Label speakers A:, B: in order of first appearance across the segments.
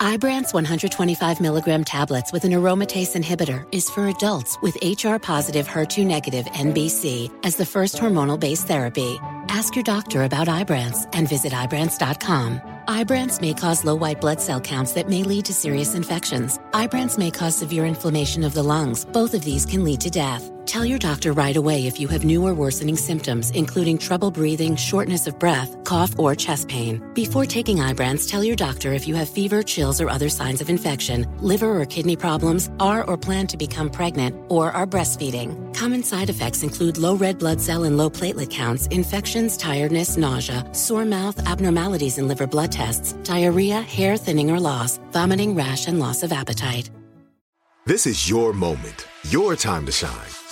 A: Ibrance 125 milligram tablets with an aromatase inhibitor is for adults with HR positive HER2 negative NBC as the first hormonal based therapy. Ask your doctor about Ibrance and visit Ibrance.com. Ibrance may cause low white blood cell counts that may lead to serious infections. Ibrance may cause severe inflammation of the lungs. Both of these can lead to death. Tell your doctor right away if you have new or worsening symptoms, including trouble breathing, shortness of breath, cough, or chest pain. Before taking Ibrance, tell your doctor if you have fever, chills, or other signs of infection, liver or kidney problems, are or plan to become pregnant, or are breastfeeding. Common side effects include low red blood cell and low platelet counts, infections, tiredness, nausea, sore mouth, abnormalities in liver blood tests, diarrhea, hair thinning or loss, vomiting, rash, and loss of appetite.
B: This is your moment, your time to shine,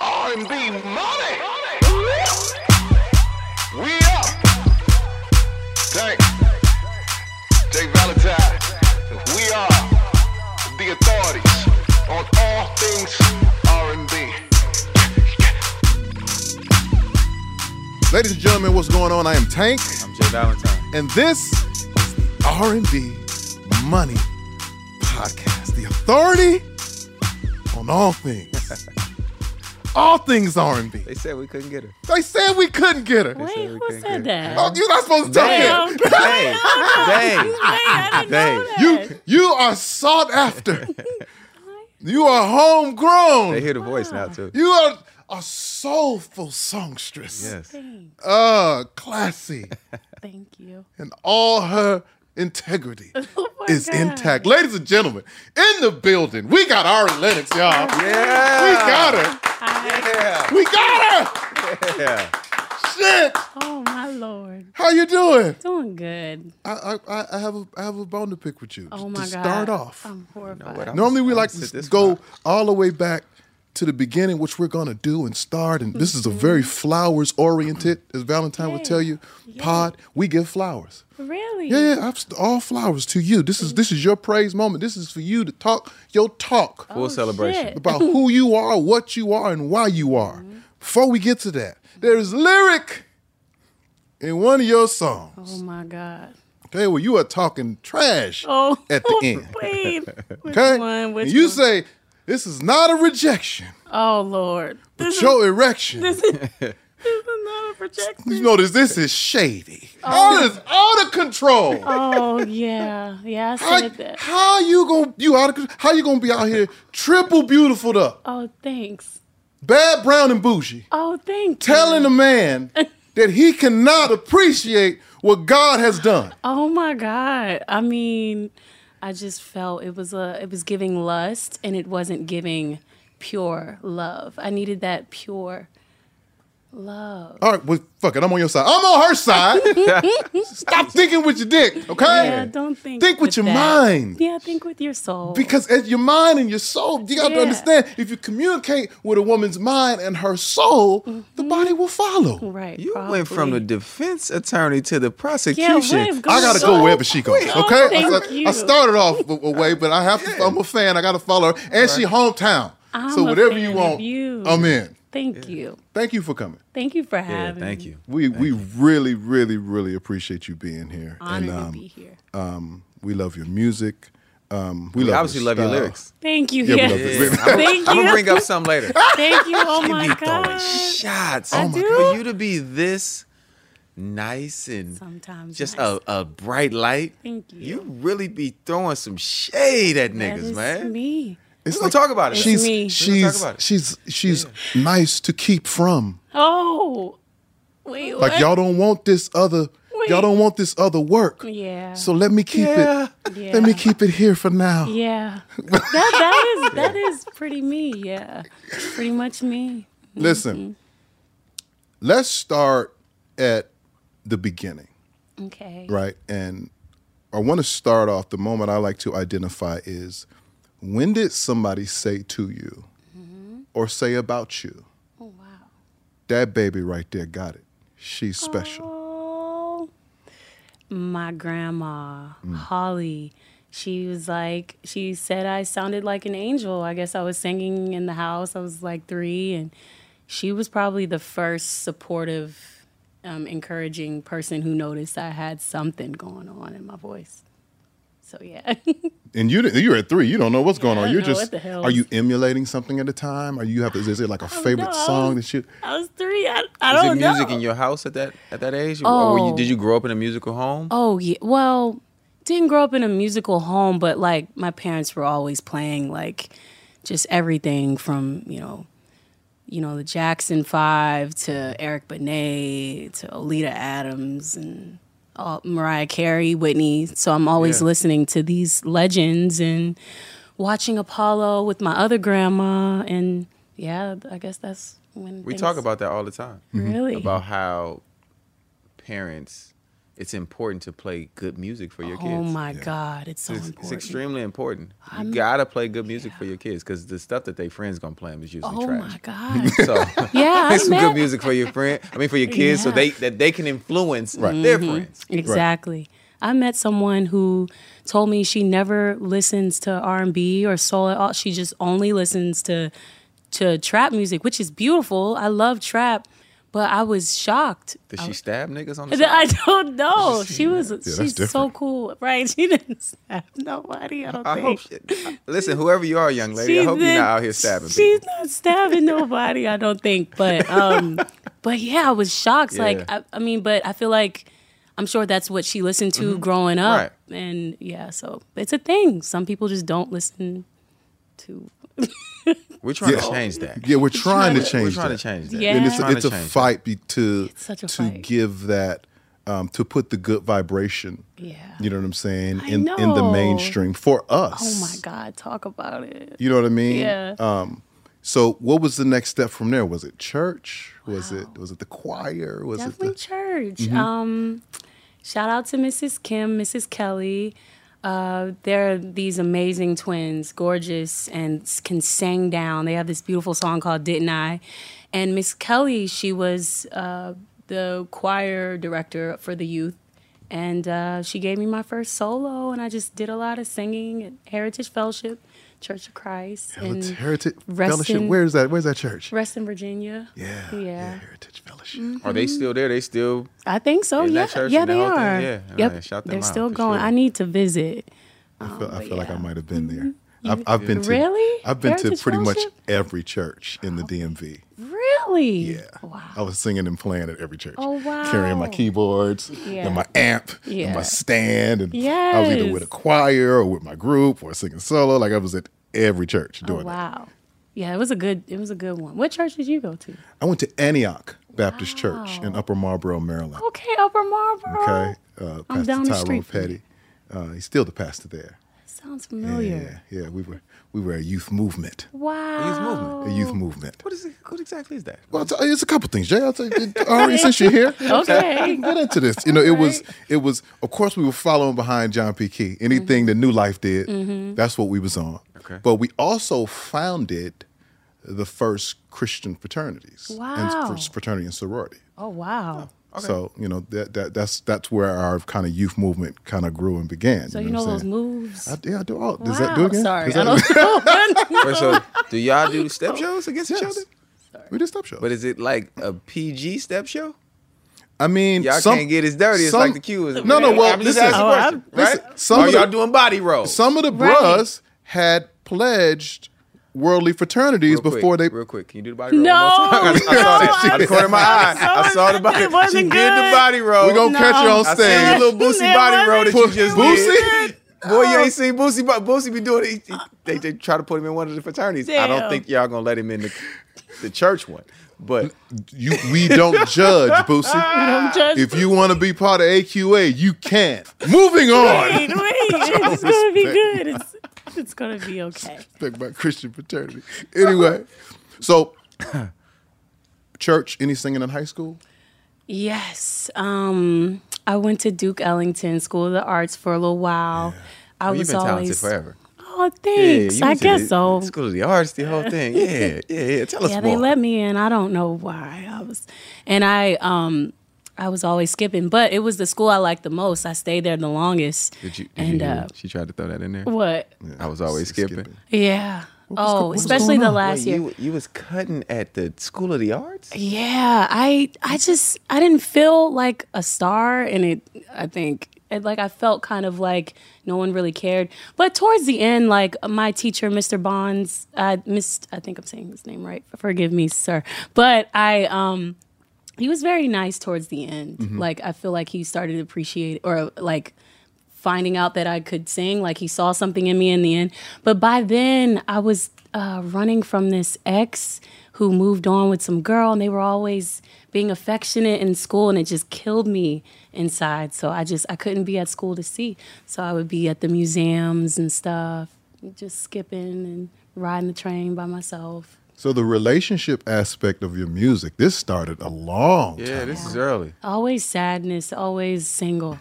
C: R&B money. We up. Thanks. Jay Valentine. We are the authorities on all things R&B.
D: Ladies and gentlemen, what's going on? I am Tank,
E: I'm Jay Valentine.
D: and this is the R&B Money Podcast, the authority on all things, all things R&B.
E: They said we couldn't get her.
D: They said we couldn't get her.
E: They said
F: Wait,
E: we
F: who
E: couldn't
F: said
E: get
F: that?
D: Oh, you're not supposed to talk
F: Damn.
D: here.
E: Hey, hey,
F: I didn't
E: hey.
F: know that.
D: You you are sought after. you are homegrown.
E: They hear the voice now too.
D: You are a soulful songstress.
E: Yes.
F: Thanks.
D: Uh, classy.
F: Thank you.
D: and all her integrity
F: Oh my
D: is
F: God.
D: intact. Ladies and gentlemen, in the building, we got our Lennox, y'all.
E: Yeah.
D: We got her.
F: Hi.
E: Yeah.
D: We got her.
E: Yeah.
D: Shit.
F: Oh my lord.
D: How you doing?
F: Doing good.
D: I, I- I I have a I have a bone to pick with you.
F: Oh
D: to
F: my god.
D: start off.
F: I'm horrified.
E: what? I'm-
D: Normally we
E: I'm
D: like
E: gonna sit
D: to
E: this
D: go
E: one
D: all the way back to the beginning, which we're gonna do and start. And this is a very
F: Mm-hmm.
D: flowers oriented, as Valentine would tell you. Pod, we give flowers.
F: really?
D: Yeah, yeah, I've, all flowers to you. This is this is your praise moment. This is for you to talk your talk
E: Full celebration.
F: Oh, Shit. Mm-hmm.
D: about who you are, what you are, and why you are. Before we get to that, there's lyric in one of your songs.
F: Oh my god.
D: Okay, well you are talking trash
F: Oh.
D: at the end.
F: Wait. Which
D: Okay,
F: one? Which
D: and you
F: one?
D: say this is not a rejection,
F: Oh lord. This
D: but your erection
F: is another project?
D: You notice this is shady. All is out of control.
F: Oh yeah, yeah. I
D: How,
F: said that.
D: how you gonna you out of control? How you gonna be out here triple beautiful up,
F: Oh thanks.
D: bad brown and bougie,
F: Oh thank.
D: telling a man that he cannot appreciate what God has done?
F: Oh my god. I mean, I just felt it was a it was giving lust and it wasn't giving pure love. I needed that pure love.
D: All right, well, fuck it. I'm on your side. I'm on her side. Stop thinking with your dick, okay?
F: Yeah, don't think.
D: Think with your
F: that.
D: mind.
F: Yeah, think with your soul.
D: Because as your mind and your soul, you got to
F: Yeah.
D: understand if you communicate with a woman's mind and her soul, the body will follow.
F: right.
E: You went from the defense attorney to the prosecution.
F: where it
D: I gotta
F: So
D: go wherever she goes.
F: quick.
D: Okay,
F: Oh,
D: I,
F: thank
D: I-
F: you.
D: I started off w- away, but I have to. I'm a fan. I gotta follow her, and she hometown.
F: I'm
D: so
F: a
D: whatever
F: fan
D: you
F: of
D: want,
F: you.
D: I'm in.
F: Thank you.
D: Thank you for coming.
F: Thank you for
E: Yeah,
F: having
E: thank
F: me.
E: you.
D: We we really really really appreciate you being here,
F: Honored
D: and
F: to
D: um,
F: be here.
D: um, we love your music. Um, we,
E: We
D: love your
E: obviously love your
D: style.
E: lyrics.
F: Thank you.
D: Yeah, we
F: Yeah.
D: love this.
E: I'm
F: Thank
E: gonna
F: you.
E: bring up some later.
F: Thank you. Oh my
E: be throwing
F: god.
E: shots.
F: I Oh my do? God.
E: For you to be this nice and
F: Sometimes
E: just
F: nice.
E: a, a bright light.
F: Thank you.
E: You really be throwing some shade at
F: That
E: niggas,
F: is
E: man.
F: Me.
D: It's
E: We're gonna talk about it.
D: She's
F: me. We're
E: gonna talk
D: she's
E: about it.
D: she's she's nice to keep from.
F: Oh. Wait.
D: Like
F: what?
D: y'all don't want this other. Y'all
F: Wait.
D: don't want this other work.
F: Yeah.
D: So let me keep
E: Yeah.
D: it.
F: yeah.
D: Let me keep it here for now.
F: Yeah. that that is that is pretty me. Yeah. Pretty much me.
D: Listen, let's start at the beginning,
F: Okay.
D: right? And I want to start off the moment I like to identify is when did somebody say to you or say about you,
F: Mm-hmm. Oh wow.
D: that baby right there got it. She's special.
F: Oh, my grandma, Holly, she was like, she said I sounded like an angel. I guess I was singing in the house. I was like three, and she was probably the first supportive, um, encouraging person who noticed I had something going on in my voice. So, yeah.
D: And you didn't- you were at three. You don't know what's going
F: I
D: on.
F: don't
D: You're
F: know
D: just
F: what the hell
D: are
F: is-
D: you emulating something at the time? Are you have is it like a favorite
F: no, I
D: song
F: was-
D: that you
F: I was three. I, I
E: Is there
F: don't know.
E: music in your house at that at that age? Or were you,
F: Oh.
E: did you grow up in a musical home?
F: Oh yeah. Well, didn't grow up in a musical home, but like my parents were always playing like just everything from, you know, you know, the Jackson Five to Eric Benet to Olita Adams and all, Mariah Carey, Whitney. So I'm always listening to these legends and watching Apollo with my other grandma and yeah, I guess that's when
E: we
F: things-
E: talk about that all the time.
F: Mm-hmm.
E: Mm-hmm.
F: really
E: About how parents it's important to play good music for your kids.
F: Oh my God, it's so
E: It's,
F: important.
E: it's extremely important. You gotta play good music for your kids because the stuff that they friends gonna play 'em is usually
F: Oh
E: trash.
F: my God.
E: So
F: Yeah, I
E: play some
F: met-
E: good music for your friend. I mean, for your kids, so
F: Yeah.
E: they that they can influence their friends.
F: Mm-hmm. Exactly. I met someone who told me she never listens to R and B or soul at all. She just only listens to to trap music, which is beautiful. I love trap, but I was shocked.
E: Did she stab niggas on the?
F: I
E: side?
F: don't know. She was she's so
D: different.
F: cool, right? She didn't stab nobody. I don't
E: I
F: think.
E: hope. She, listen, whoever you are, young lady, I hope you're
F: didn't-
E: not out here stabbing people.
F: She's not stabbing nobody, I don't think. But um, but yeah, I was shocked. Like
E: Yeah.
F: I, I mean, but I feel like I'm sure that's what she listened to
E: Mm-hmm.
F: growing up, and yeah, so it's a thing. Some people just don't listen to.
E: We're trying
D: Yeah.
E: to change that.
D: Yeah, we're trying to
E: We're
D: change
E: trying
D: that.
E: to change that.
F: Yeah.
D: and it's
E: We're
D: a,
E: trying
D: it's
E: to
D: a
E: change that.
D: fight be, to
F: such a
D: to
F: fight.
D: give that um, to put the good vibration.
F: Yeah.
D: You know what I'm saying?
F: I
D: in in the
F: know.
D: mainstream for us.
F: Oh my God, talk about it.
D: You know what I mean?
F: Yeah.
D: Um, so what was the next step from there? Was it church? Was it was it the choir? Was
F: Definitely
D: it the Mm-hmm.
F: church. Um, shout out to Mrs. Kim, Mrs. Kelly. Uh, they're these amazing twins, gorgeous, and s- can sing down. They have this beautiful song called "Didn't I?" And Miss Kelly, she was uh, the choir director for the youth, and uh, she gave me my first solo. And I just did a lot of singing at Heritage Fellowship Church of Christ. and
D: Heritage, Heritage
F: rest
D: Fellowship?
F: in-
D: Where is that? Where's that church?
F: Rest in Virginia.
D: Yeah,
F: Yeah.
D: Heritage Fellowship.
E: Are they still there? They still
F: I think so.
E: In
F: yeah,
E: that church
F: yeah,
E: and that
F: they
E: whole thing?
F: are.
E: Yeah, yeah,
F: yep,
E: shout them
F: they're
E: out
F: still
E: for
F: going.
E: sure.
F: I need to visit.
D: I feel, I feel like I
F: Oh, yeah. Mm-hmm.
D: might have been there. I've, I've been to
F: Really?
D: I've been to
F: Heritage
D: pretty much
F: Fellowship? Oh,
D: every church in the DMV.
F: Really? Really? Yeah.
D: I was singing and playing at every church.
F: Oh, wow.
D: Carrying my keyboards
F: Yeah.
D: and my amp
F: Yeah.
D: and my stand. And I was either
F: Yes.
D: with a choir or with my group or singing solo. Like I was at every church
F: Oh,
D: doing that.
F: wow. Yeah, it was a good it was a good one. What church did you go to?
D: I went to Antioch Baptist Church in Upper Marlboro, Maryland.
F: Okay, Upper Marlboro.
D: Okay. Uh,
F: I'm down the
D: Pastor Tyrone
F: street from
D: Petty. Uh, he's still the pastor there.
F: Sounds familiar.
D: Yeah, yeah. We were we were a youth movement.
F: Wow.
D: A youth movement.
E: What is it? What exactly is that?
D: Well, I'll tell you, it's a couple things, Jay. I'll tell you, already since you're here,
E: Okay.
D: we can get into this. You know, it was, it was. Of course, we were following behind John P. Key.
F: Mm-hmm.
D: Anything that New Life did,
G: Mhm.
D: that's what we was on.
G: Okay.
D: But we also founded the first Christian fraternities
F: Wow.
D: and first fraternity and sorority.
F: Oh wow.
D: So you know that, that that's that's where our kind of youth movement kind of grew and began.
F: So you know
D: what I'm
F: those
D: saying?
F: moves.
D: I, yeah, I do all. Does
F: Wow,
D: that do again?
F: sorry,
D: Does that
F: I don't know.
E: Wait, so do y'all do step shows against each other?
D: We do step shows.
E: But is it like a PG step show?
D: I mean,
E: Y'all
D: some-
E: can't get as dirty as
D: some-
E: like the Q is.
D: No, no. Well,
E: I'm just
D: listen,
E: asking a question, right?
D: listen, some
E: Are
D: of
E: y'all
D: the-
E: doing body rolls?
D: Some of the
E: Right.
D: bros had pledged worldly fraternities
E: Real quick,
D: before they.
E: real quick. Can you do the body roll?
D: No,
E: one more time? I, I
D: no,
E: saw
D: I'm
E: that. I caught it in my eye. I saw the body.
D: It wasn't
E: she did
D: good.
E: the body roll.
D: We gonna catch her on
E: I seen
D: stage.
E: the little boosy
D: It
E: body roll that you
D: wasn't
E: just
D: Boosie?
E: did. Boy, you ain't seen Boosie, but Boosie be doing it. He- he- They, they try to put him in one of the fraternities. I
D: Damn.
E: don't think y'all gonna let him in the, the church one. But
D: you, we don't judge, Boosie. If you want to be part of AQA, you can. Moving on.
F: Wait, wait, it's gonna be good. It's, it's gonna be okay.
D: Respect my Christian fraternity. Anyway, so church, any singing in high school?
F: Yes. Um, I went to Duke Ellington School of the Arts for a little while. I
E: Well,
F: was
E: Oh, you've been
F: Oh, always
E: talented forever.
F: Oh,
E: Yeah,
F: thanks.
E: you
F: I
E: went to
F: guess
E: the
F: so.
E: School of the arts, the whole thing. Yeah, yeah, yeah. Tell us
F: yeah,
E: more.
F: they let me in. I don't know why. I was, and I um, I was always skipping, but it was the school I liked the most. I stayed there the longest.
E: did you? Did
F: and
E: you hear
F: uh,
E: she tried to throw that in there.
F: what?
E: I was always skipping.
F: Yeah.
E: What's go-
F: oh,
E: what's
F: especially
E: going
F: the
E: on?
F: last
E: Wait,
F: year.
E: You, you was cutting at the School of the Arts.
F: Yeah, I I just I didn't feel like a star, and it I think it, like I felt kind of like no one really cared. But towards the end, like my teacher, Mr. Bonds, I missed. I think I'm saying his name right. Forgive me, sir. But I um. He was very nice towards the end.
H: Mhm.
F: Like I feel like he started to appreciate or like finding out that I could sing. Like he saw something in me in the end. But by then, I was uh, running from this ex who moved on with some girl, and they were always being affectionate in school, and it just killed me inside. So I just I couldn't be at school to see. So I would be at the museums and stuff, just skipping and riding the train by myself.
D: So the relationship aspect of your music, this started a long
E: Yeah,
D: time.
E: this is early.
F: Always sadness, always single.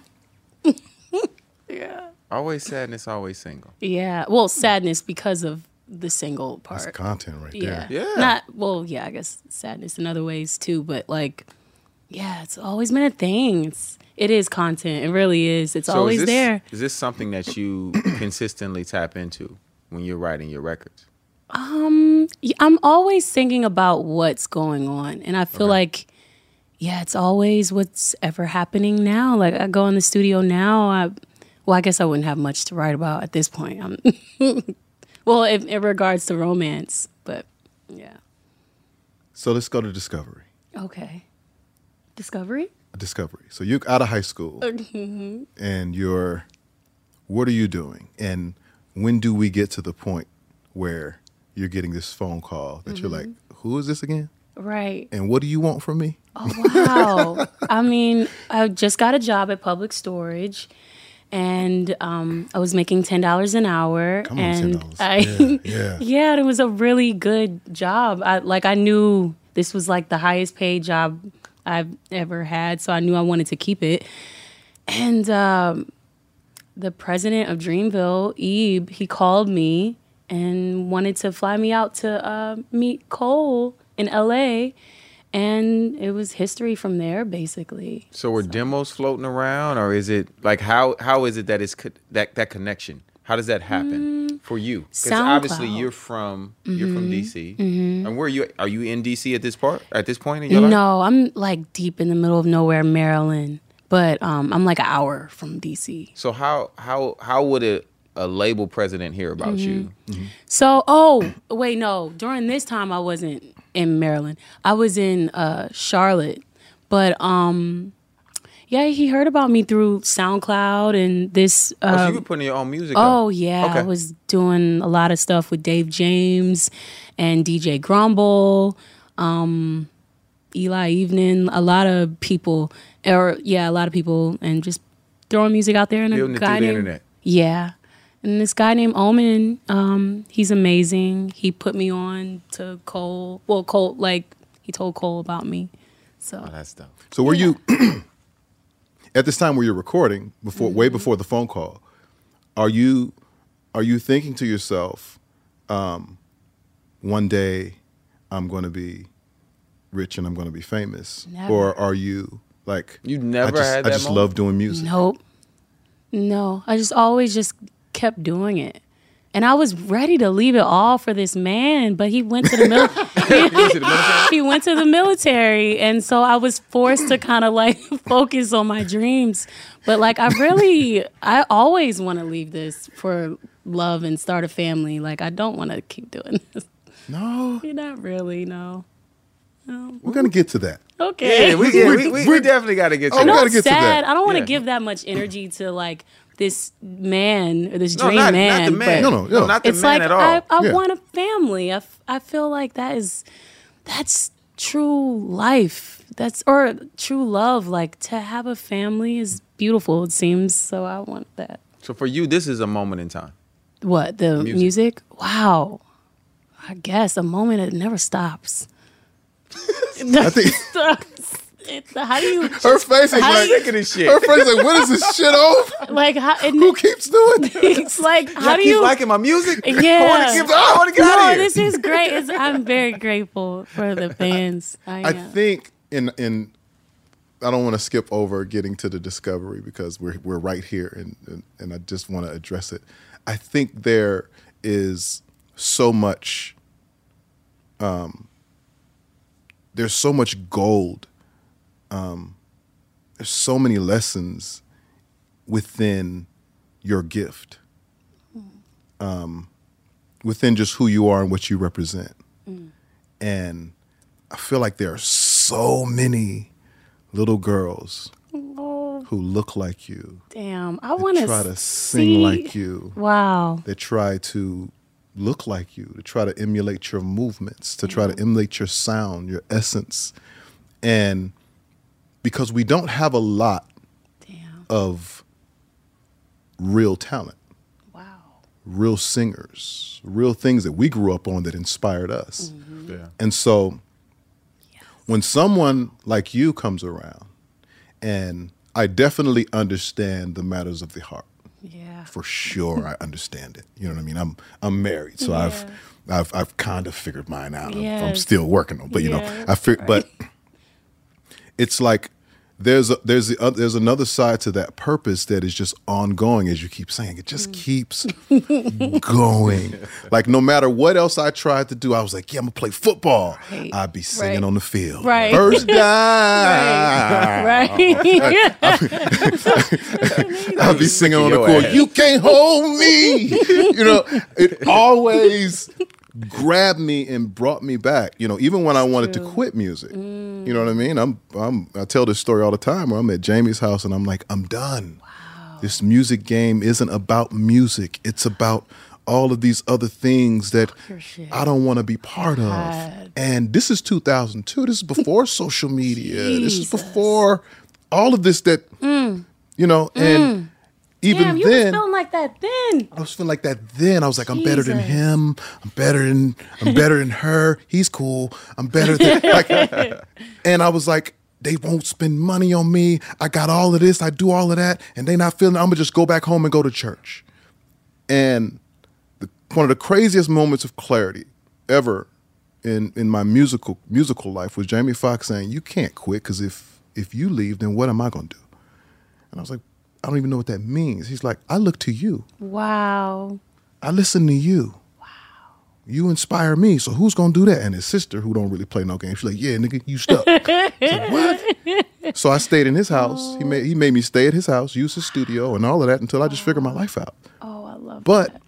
E: Always sadness, always single.
F: Yeah. Well, sadness because of the single part.
E: That's content right
F: yeah.
E: there. Yeah.
F: Not well, yeah, I guess sadness in other ways too, but like yeah, it's always been a thing. It's it is content. It really is. It's
E: So is
F: always
E: this-
F: there.
E: Is this something that you consistently tap into when you're writing your records?
F: Um y- I'm always thinking about what's going on and I feel like yeah, it's always what's ever happening now. Like I go in the studio now, I well, I guess I wouldn't have much to write about at this point. I'm well, in, in regards to romance, but yeah.
D: So let's go to discovery.
F: Okay. Discovery?
D: Discovery. So you're out of high school
F: Mhm.
D: and you're, what are you doing? And when do we get to the point where you're getting this phone call that you're like,
F: Mhm.
D: who is this again?
F: Right. Oh,
D: And what do you want from me?
F: Wow. I mean, I just got a job at Public Storage and um, I was making $10 an hour.
D: Come on,
F: and
D: $10.
F: I,
D: Yeah, yeah.
F: yeah, and it was a really good job. I, like, I knew this was like the highest paid job I've ever had. So I knew I wanted to keep it. And um, the president of Dreamville, Ebe, he called me and wanted to fly me out to uh, meet Cole in LA. And it was history from there, basically.
E: So were demos floating around, or is it like how how is it that it's co- that that connection? How does that happen for you? Because obviously
F: Mm, SoundCloud.
E: you're from you're from
F: Mhm.
E: DC,
F: Mhm.
E: and where you are you in DC at this part at this point in your life?
F: No, I'm like deep in the middle of nowhere, Maryland, but um, I'm like an hour from DC.
E: So how how how would a a label president hear about you?
F: Mm-hmm. So, oh, wait, no. During this time, I wasn't in Maryland. I was in uh, Charlotte. But um, yeah, he heard about me through SoundCloud and this. Uh,
E: oh, so you were putting your own music. out.
F: Oh yeah, I
E: Okay.
F: was doing a lot of stuff with Dave James and DJ Grumble, um, Eli Evening, a lot of people, or yeah, a lot of people, and just throwing music out there. And
E: Building
F: a
E: it
F: guy
E: through the
F: named,
E: internet.
F: yeah, and this guy named Omen, um, he's amazing. He put me on to Cole. Well, Cole, like he told Cole about me. So
E: Oh, that's dope.
D: So were you at this time where you're recording before
F: Mm-hmm.
D: way before the phone call? Are you are you thinking to yourself, um, one day I'm going to be rich and I'm going to be famous,
F: Never.
D: or are you like you
E: never
D: I just,
E: had
D: I
E: that
D: just
E: moment?
D: love doing music.
F: Nope. No, I just always just kept doing it. And I was ready to leave it all for this man, but he went to the military. he went to the military, and so I was forced to kind of like focus on my dreams. But like, I really, I always want to leave this for love and start a family. Like, I don't want to keep doing this.
D: No,
F: you're not really. No, no.
D: We're gonna get to that. Oh,
F: Okay.
E: Yeah, we, yeah, we, we, Oh, we definitely got to get.
F: I
E: to
F: know
E: that.
F: I'm sad. I don't want to give that much energy to like this man or this
E: No,
F: dream
E: not- not the
F: man.
E: man.
F: but
E: No, no, no. Not the
F: it's
E: man
F: like
E: at all.
F: I, I
E: Yeah.
F: want a family. I, f- I feel like that is that's true life. That's or true love. Like to have a family is beautiful. It seems so. I want that.
E: So for you, this is a moment in time.
F: What the
E: Music.
F: music? Wow. I guess a moment that never stops.
D: I think
F: Stops. It's- how do you?
D: her face is
F: how do
D: like
F: you-
D: Her face is like, what is this shit over?
F: Like how, who
D: keeps doing
F: this? It's like how do you
E: my music?
F: Yeah, no,
D: here.
F: this is great. It's, I'm very grateful for the fans. I, uh,
D: I
F: am.
D: think in in I don't want to skip over getting to the discovery because we're we're right here and and, and I just want to address it. I think there is so much um there's so much gold um there's so many lessons within your gift um within just who you are and what you represent
F: Mm.
D: and I feel like there are so many little girls
F: Oh,
D: who look like you,
F: damn, I want
D: try to sing like you,
F: Wow.
D: that try to look like you, to try to emulate your movements, to try to emulate your sound, your essence. And because we don't have a lot of real talent. Real singers, real things that we grew up on that inspired us.
B: Mm-hmm.
E: Yeah.
D: And so when someone like you comes around, and I definitely understand the matters of the heart.
F: Yeah.
D: For sure I understand it. You know what I mean? I'm I'm married, so I've I've I've kind of figured mine out. I'm- I'm,
F: Yes.
D: still working on, but you know,
F: Yes.
D: I fig- but it's like there's a, there's the, oth- there's another side to that purpose that is just ongoing as you keep saying. It
F: Mm.
D: just keeps going. like no matter what else I tried to do, I was like, yeah, I'm gonna play football. I'd be singing on the field.
F: Right.
D: First down.
F: Right. Right.
D: I'll be singing on the
E: Your
D: court.
E: ass.
D: You can't hold me. you know, it always grabbed me and brought me back. You know, even when I wanted to quit music. You know what I mean? I'm, I'm. I tell this story all the time. Where I'm at Jamie's house and I'm like, I'm done. This music game isn't about music. It's about all of these other things that I don't want to be part of. And this is 2002. This is before social media. This is before all of this that you know,
F: Mm.
D: and even
F: damn, you was
D: then,
F: feeling like that then.
D: I was feeling like that. Then I was like, I'm better than
F: Jesus.
D: him. I'm better than I'm better than her. He's cool. I'm better than like. And I was like, they won't spend money on me. I got all of this. I do all of that, and they not feeling. I'm gonna just go back home and go to church. And the, one of the craziest moments of clarity ever in in my musical musical life was Jamie Foxx saying, "You can't quit because if if you leave, then what am I gonna do?" And I was like, I don't even know what that means. He's like, I look to you.
F: Wow.
D: I listen to you. You inspire me. So who's gonna do that? And his sister, who don't really play no games, she's like, "Yeah, nigga, you stuck." so I stayed in his house. He made he made me stay at his house, use his studio, and all of that until I just figured my life out.
F: Oh, I love love
D: but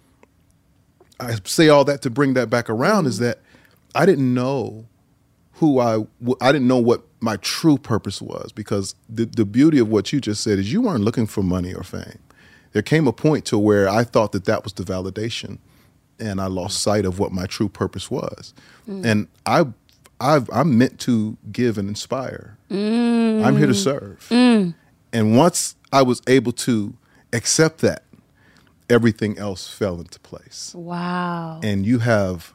D: I say all that to bring that back around is that I didn't know who I w- I didn't know what my true purpose was because the the beauty of what you just said is you weren't looking for money or fame. There came a point to where I thought that that was the validation, and I lost sight of what my true purpose was.
G: Mm.
D: And I I've, I'm meant to give and inspire. I'm here to serve.
G: Mm.
D: And once I was able to accept that, everything else fell into place.
F: Wow.
D: And you have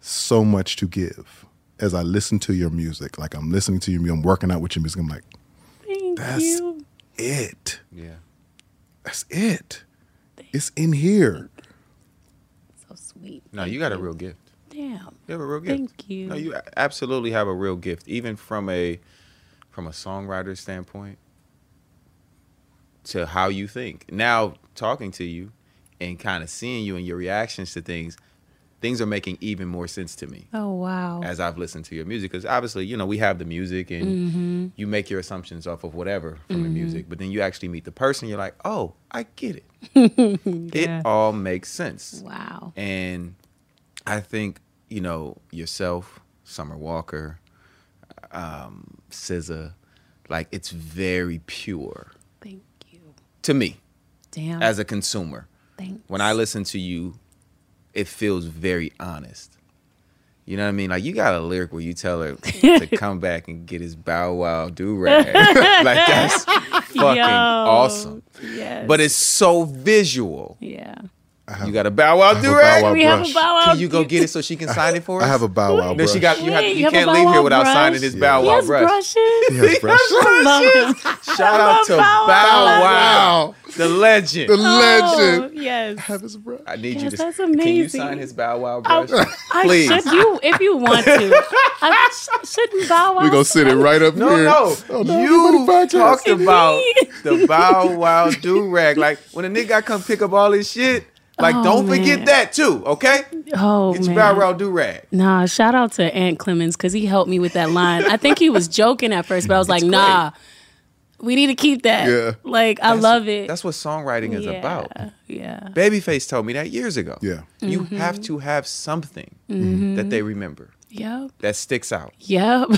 D: so much to give. As I listen to your music, like I'm listening to your music, I'm working out with your music. I'm like,
F: Thank
D: That's-
F: you.
D: it.
E: Yeah.
D: That's it. It's in here.
F: So sweet.
E: No, you got a real gift.
F: Damn.
E: You have a real gift.
F: Thank you.
E: No, you a- absolutely have a real gift, even from a from a songwriter standpoint to how you think. Now talking to you and kind of seeing you and your reactions to things, things are making even more sense to me
F: Oh wow.
E: as I've listened to your music. Because obviously, you know, we have the music and
F: Mhm.
E: you make your assumptions off of whatever from the
F: Mhm.
E: music, but then you actually meet the person, you're like, oh, I get it.
F: Mm-hmm. Yeah.
E: It all makes sense.
F: Wow.
E: And I think, you know, yourself, Summer Walker, um, SZA, like it's very pure.
F: Thank
E: you. To me.
F: Damn.
E: As a consumer.
F: Thanks.
E: When I listen to you, it feels very honest. You know what I mean? Like you got a lyric where you tell her to come back and get his bow wow do rag. like that's fucking
F: Yo,
E: awesome.
F: Yes.
E: But it's so visual.
F: Yeah.
E: you got a bow wow
D: have a
E: do rag.
D: Bow Wow We have a brush. Bow
E: Can you go get it so she can sign it for us?
D: I have a bow wow.
E: No, she got. You, have,
F: Wait,
E: you,
F: you have a
E: can't
F: Bow
E: leave
F: Wow
E: here without
F: brush?
E: signing this bow
F: He
E: wow
F: has
E: brush.
F: brushes.
D: He has brushes.
E: Shout out to Bow Wow, the legend.
D: The legend.
F: Oh, yes.
D: have his brush.
E: I need you
F: Yes,
E: to.
F: that's
E: Can you
F: amazing.
E: sign his bow wow
F: I-
E: brush?
F: I
E: Please.
F: should you if you want to. I sh- shouldn't bow wow.
D: We're going to sit it right up
E: No,
D: here.
E: no.
D: Oh, no,
E: you
D: everybody podcast.
E: talked about the Bow Wow do rag. Like when a nigga come pick up all his shit, like
F: Oh,
E: don't forget
F: man.
E: that too, okay?
F: Oh
E: Get
F: man.
E: your Bow Wow do rag.
F: Nah, shout out to Aunt Clemens because he helped me with that line. I think he was joking at first, but I was like, nah, we need to keep that.
E: Yeah.
F: Like, I
E: That's-
F: love it.
E: That's what songwriting is
F: Yeah,
E: about.
F: Yeah.
E: Babyface told me that years ago.
D: Yeah.
E: You
F: Mhm.
E: have to have something
F: Mhm.
E: that they remember
F: Yep.
E: that sticks out.
F: Yep.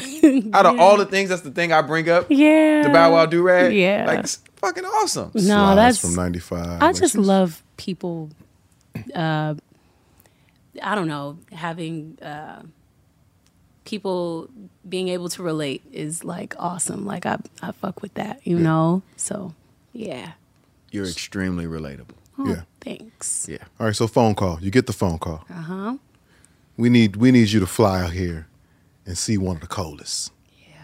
E: Out of all the things, that's the thing I bring up.
F: Yeah.
E: The Bow Wow do rag.
F: Yeah.
E: Like it's fucking awesome.
F: No, Slides that's-
D: from 95.
F: I just love people. Uh, I don't know, having uh, people being able to relate is like awesome. Like I, I fuck with that, you
E: Yeah.
F: know. So, yeah.
E: You're extremely relatable.
F: Oh,
D: Yeah.
F: Thanks.
E: Yeah.
D: All right, so phone call. You get the phone call.
F: Uh huh.
D: We need we need you to fly out here and see one of the coldest. Yeah.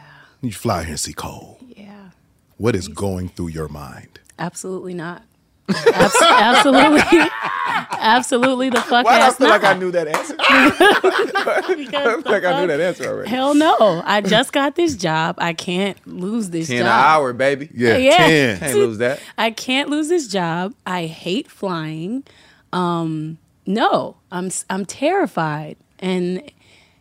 D: You fly out here and see cold.
F: Yeah.
D: What is going through your mind?
F: Absolutely not. Abs- absolutely. absolutely the fuck
E: Why do I
F: ass
E: feel
F: not.
E: like I knew that answer? I feel like I knew that answer already.
F: Hell no. I just got this job. I can't lose this
E: Ten an
F: job.
E: hour, baby.
F: Yeah, Yeah. 10.
E: Can't lose that.
F: I can't lose this job. I hate flying. Um, no, I'm s- I'm terrified, and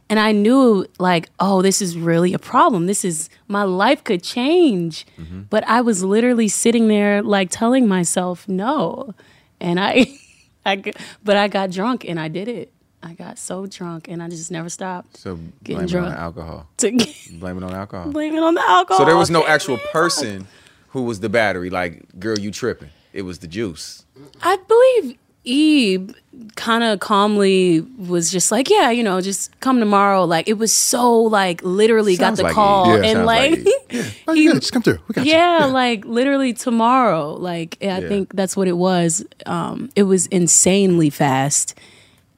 F: and I knew like, oh, this is really a problem. This is my life could change,
E: Mm-hmm.
F: but I was literally sitting there like telling myself no, and I, I, g- but I got drunk and I did it. I got so drunk and I just never stopped.
E: So
F: Getting
E: blame it on
F: drunk.
E: the alcohol.
F: To get-
E: Blame it on alcohol.
F: Blame it on the alcohol.
E: So there was no actual person who was the battery. Like, girl, you tripping? It was the juice.
F: I believe Eve kind of calmly was just like, yeah, you know, just come tomorrow. Like it was so like literally
D: Sounds
F: got the
D: like
F: call
D: Eve. Yeah,
F: and
D: sounds
F: like,
D: like Oh, yeah, just come through. We got
F: yeah, like literally tomorrow. Like I
D: Yeah.
F: think that's what it was. Um, it was insanely fast,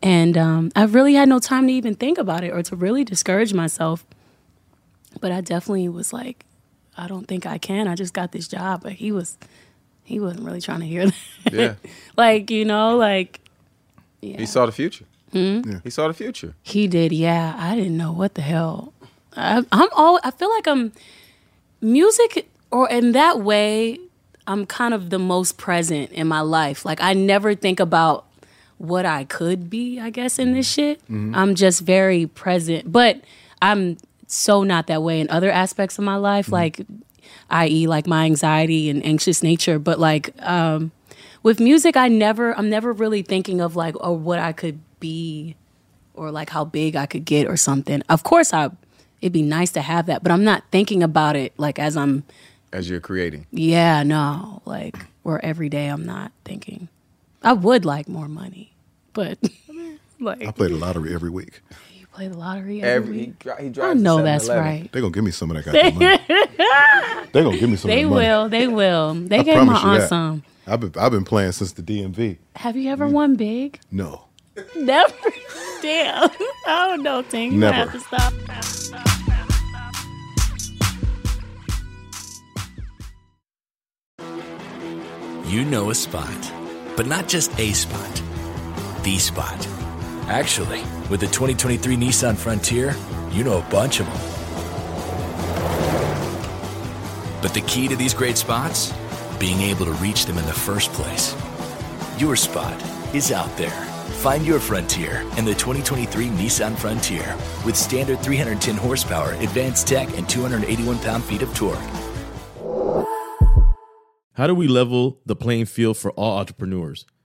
F: and um, I really had no time to even think about it or to really discourage myself. But I definitely was like, I don't think I can. I just got this job, but he was, he wasn't really trying to hear that.
E: Yeah.
F: like you know, like
E: He saw the future.
F: hmm?
E: He saw the future.
F: He did, yeah. I didn't know what the hell. I, I'm all. I feel like I'm music, or in that way, I'm kind of the most present in my life. Like I never think about what I could be. I guess in this shit,
G: Mhm.
F: I'm just very present. But I'm so not that way in other aspects of my e, life, like i.e., like my anxiety and anxious nature. But like um, with music, I never, I'm never really thinking of like, oh, what I could be, or like how big I could get or something. Of course, I, it'd be nice to have that, but I'm not thinking about it like as I'm,
E: as you're creating.
F: yeah, no, like where every day I'm not thinking. I would like more money, but
D: I
F: like
D: play the lottery every week.
F: you play the lottery every,
E: Every he,
F: week.
E: dri- he
F: I
E: drives. a
F: know that's
E: 7-Eleven.
F: right.
D: They're gonna give me some of that goddamn money. They're gonna give me some. of
F: They
D: that money.
F: will. They will. They
D: I
F: gave my
D: promise you
F: aunt
D: that.
F: some.
D: I've been I've been playing since the DMV.
F: Have you
D: Mm.
F: ever won big?
D: No,
F: Never. Damn. I don't know, Ting. You
D: Never.
F: have to stop.
I: You know a spot, but not just a spot, the spot. Actually, with the 2023 Nissan Frontier, you know a bunch of them. But the key to these great spots? Being able to reach them in the first place. Your spot is out there. Find your frontier in the 2023 Nissan Frontier with standard 310 horsepower, advanced tech, and 281 pound feet of torque.
G: How do we level the playing field for all entrepreneurs?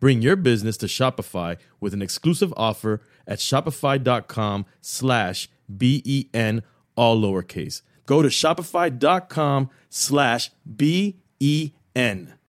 G: Bring your business to Shopify with an exclusive offer at shopify.com slash B-E-N, all lowercase. Go to shopify.com slash E B-E-N.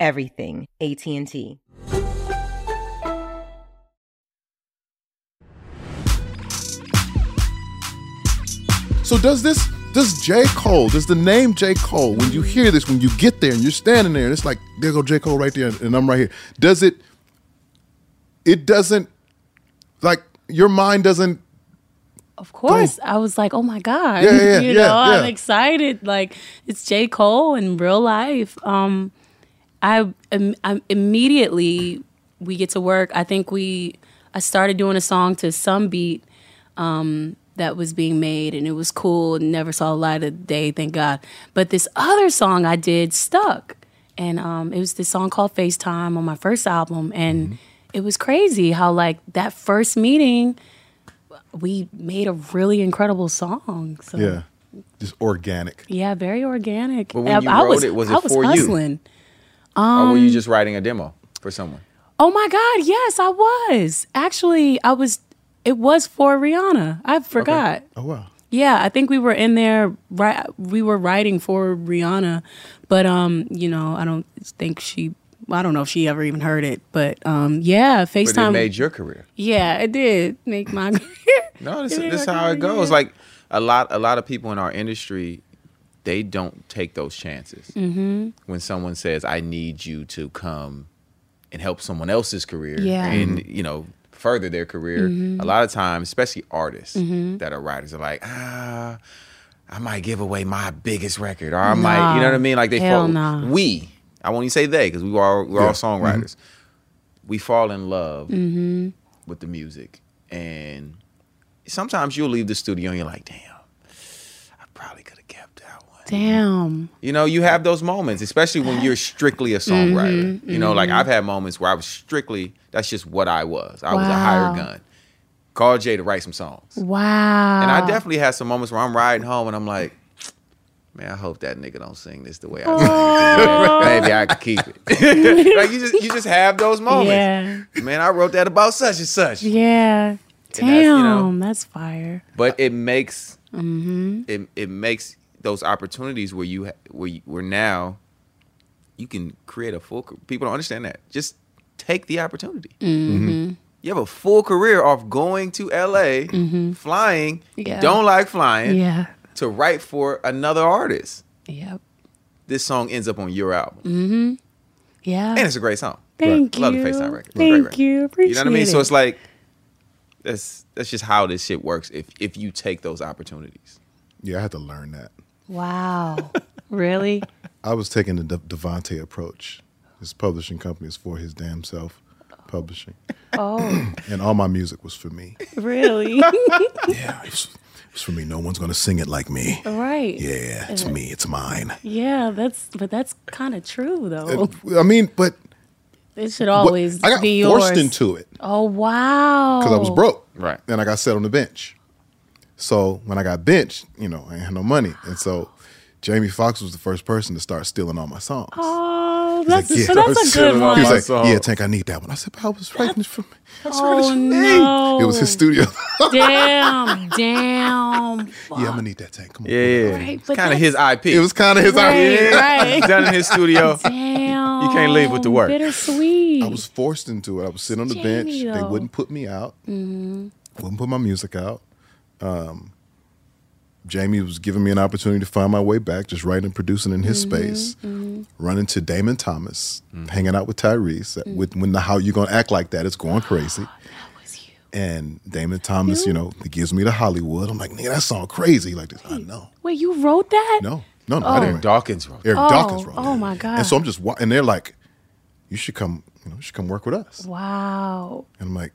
J: everything. AT&T.
D: So does this does J. Cole, does the name J. Cole, when you hear this, when you get there and you're standing there, and it's like, there go J. Cole right there, and I'm right here. Does it it doesn't like your mind doesn't
F: Of course, I was like, "Oh my god!"
D: Yeah, yeah,
F: you
D: yeah,
F: know, I'm
D: yeah.
F: excited. Like it's J. Cole in real life. Um, I, im- I'm immediately we get to work. I think we I started doing a song to some beat um, that was being made, and it was cool. and Never saw the light of day, thank God. But this other song I did stuck, and um, it was this song called FaceTime on my first album, and
E: Mm-hmm.
F: it was crazy how like that first meeting we made a really incredible song. So
D: Yeah. Just organic.
F: yeah, very organic.
E: But when
F: I,
E: you
F: I
E: wrote
F: was,
E: it, was it
F: I was
E: for you?
F: hustling. Um,
E: or were you just writing a demo for someone?
F: Oh my God, yes, I was. Actually, I was, it was for Rihanna. I forgot.
D: Oh wow.
F: Yeah, I think we were in there, right? We were writing for Rihanna, but, um, you know, I don't think she, I don't know if she ever even heard it, but, um, yeah, FaceTime.
E: But it made your career.
F: yeah, it did make my
E: No, this,
F: It made
E: this is
F: my
E: how it
F: career,
E: goes.
F: "Oh, yeah.
E: Like a lot, a lot of people in our industry, they don't take those chances.
F: Mm-hmm.
E: when someone says, "I need you to come and help someone else's career
F: Yeah.
E: and you know further their career,"
F: Mhm.
E: a lot of times, especially artists
F: Mhm.
E: that are writers, are like, "Ah, I might give away my biggest record, or I might," you know
F: Nah.
E: what I mean? Like they
F: Hell
E: fall.
F: nah.
E: We, I won't even say they because we were all we're
D: Yeah.
E: all songwriters. We fall in love
F: Mm-hmm.
E: with the music. And sometimes you'll leave the studio and you're like, damn,
F: Damn.
E: you know, you have those moments, especially when you're strictly a songwriter.
F: Mhm,
E: You know, like
F: mhm.
E: I've had moments where I was strictly, that's just what I was. I was a hired
F: Wow.
E: gun. Call Jay to write some songs.
F: Wow.
E: And I definitely had some moments where I'm riding home and I'm like, man, I hope that nigga don't sing this the way I
F: Oh.
E: sing it. Maybe I could keep it. like you just you just have those moments.
F: Yeah.
E: Man, I wrote that about such and such.
F: Yeah. Damn,
E: that's,
F: that's,
E: you know-
F: fire.
E: But it makes
F: hmm
E: it it makes those opportunities where you ha- where you, where now you can create a full. ca- People don't understand that. Just take the opportunity.
F: Mhm.
E: You have a full career off going to L.A., flying.
F: Mm-hmm. Yeah.
E: Don't like flying.
F: Yeah.
E: To write for another artist.
F: Yep.
E: This song ends up on your album,
F: hmm Yeah.
E: and it's a great song.
F: Thank
E: Love the
F: you.
E: FaceTime record. It's a great
F: Thank
E: record.
F: you.
E: you know what I mean?
F: Appreciate
E: So
F: it.
E: it's like that's that's just how this shit works. If if you take those opportunities,
D: Yeah, I had to learn that.
F: Wow. really?
D: I was taking the De- Devante approach. His publishing company is for his damn self publishing.
F: Oh,
D: And all my music was for me. It
F: really?
D: was for me. No one's gonna sing it like me.
F: right.
D: Yeah, it's
F: Uh,
D: me, it's mine.
F: Yeah, that's but that's kind of true though.
D: I mean, but
F: It should
D: what-
F: always
D: I got
F: be yours.
D: forced into it.
F: Oh wow.
D: because I was broke.
E: Right.
D: And I got set on the bench. So when I got benched, you know, I ain't had no money. And so Jamie Foxx was the first person to start stealing all my songs.
F: Oh,
D: He's
F: that's,
D: like,
F: so that's a good one.
D: He was like, yeah, Tank, I need that one. I said, but I was writing this for me.
F: oh no.
D: It was his studio.
F: damn, damn.
D: yeah, I'm gonna need that Tank. Come on.
E: yeah, yeah,
F: Right,
E: it's
F: but
E: kind of
F: that's-
E: his IP.
D: It was kind of his
F: Right,
D: idea.
F: right.
E: He's done in his studio.
F: Damn.
E: You can't leave with the work.
F: Bittersweet.
D: I was forced into it. I was sitting on the
F: Jamie,
D: bench. They
F: though.
D: wouldn't put me out.
F: Mhm.
D: wouldn't put my music out. Um, Jamie was giving me an opportunity to find my way back, just writing and producing in
F: Mm-hmm,
D: his space. Running to Damon Thomas,
E: Mm-hmm.
D: hanging out with Tyrese.
F: Mm.
D: that- With when the how you gonna act like that? It's going
F: Oh,
D: crazy. And Damon Thomas, you know, he gives me the Hollywood. I'm like, nigga, that song crazy. Like this, I know.
F: Wait, you wrote that?
D: No, no, no. I
F: Oh.
D: didn't.
E: Eric Dawkins wrote
D: Eric
F: oh,
D: Dawkins wrote.
F: Oh my god.
D: And so I'm just, wa- and they're like, you should come, you know, you should come work with us.
F: wow.
D: And I'm like,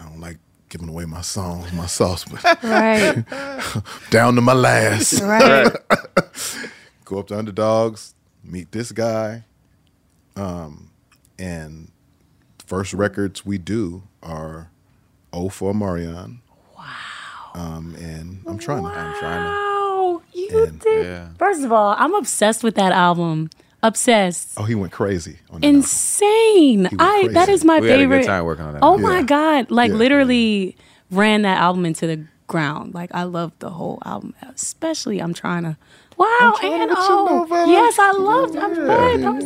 D: I don't like giving away my songs, my sauce, but
F: Right.
D: down to my last.
F: Right.
D: Go up to underdogs, meet this guy. Um, and first records we do are O for Marion. Wow. Um, and I'm trying to. I'm trying
F: Wow. You did.
E: Yeah.
F: First of all, I'm obsessed with that album. Obsessed.
D: Oh, he went crazy on that.
F: Insane.
D: went
F: I that
D: crazy.
F: is my
E: We had a good
F: favorite.
E: time working on that
F: Oh
E: album.
F: my
E: Yeah.
F: god. Like
D: Yeah,
F: literally ran that album into the ground. Like I love the whole album, especially I'm trying to Wow, and oh, yes, I loved. I'm glad. I was,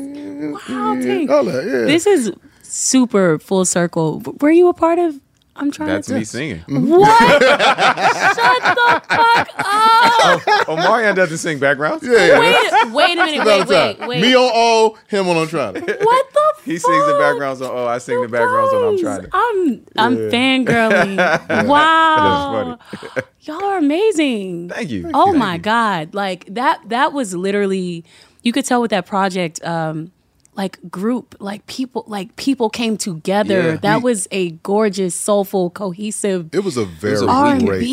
F: wow, dang.
D: All that, yeah.
F: This is super full circle. W- Were you a part of? I'm trying
E: That's
F: to.
E: me singing.
F: What? Shut the fuck up.
E: oh, oh, Omarion doesn't sing backgrounds.
D: Yeah, yeah.
F: Wait, wait a minute. Wait,
D: Another
F: wait,
D: time.
F: wait.
D: Me on O, him on Untried.
F: what the?
E: He sings the backgrounds on. Oh, I sing the backgrounds on. I'm trying to.
F: I'm I'm
E: Yeah.
F: fangirling. wow,
E: That's funny.
F: y'all are amazing.
E: Thank you.
F: Oh
E: Thank
F: my
E: you.
F: god, like that that was literally you could tell with that project um like group, like people like people came together.
E: Yeah.
F: that
D: We-
F: was a gorgeous, soulful, cohesive
D: It was a very
E: was a
F: R&B.
D: great.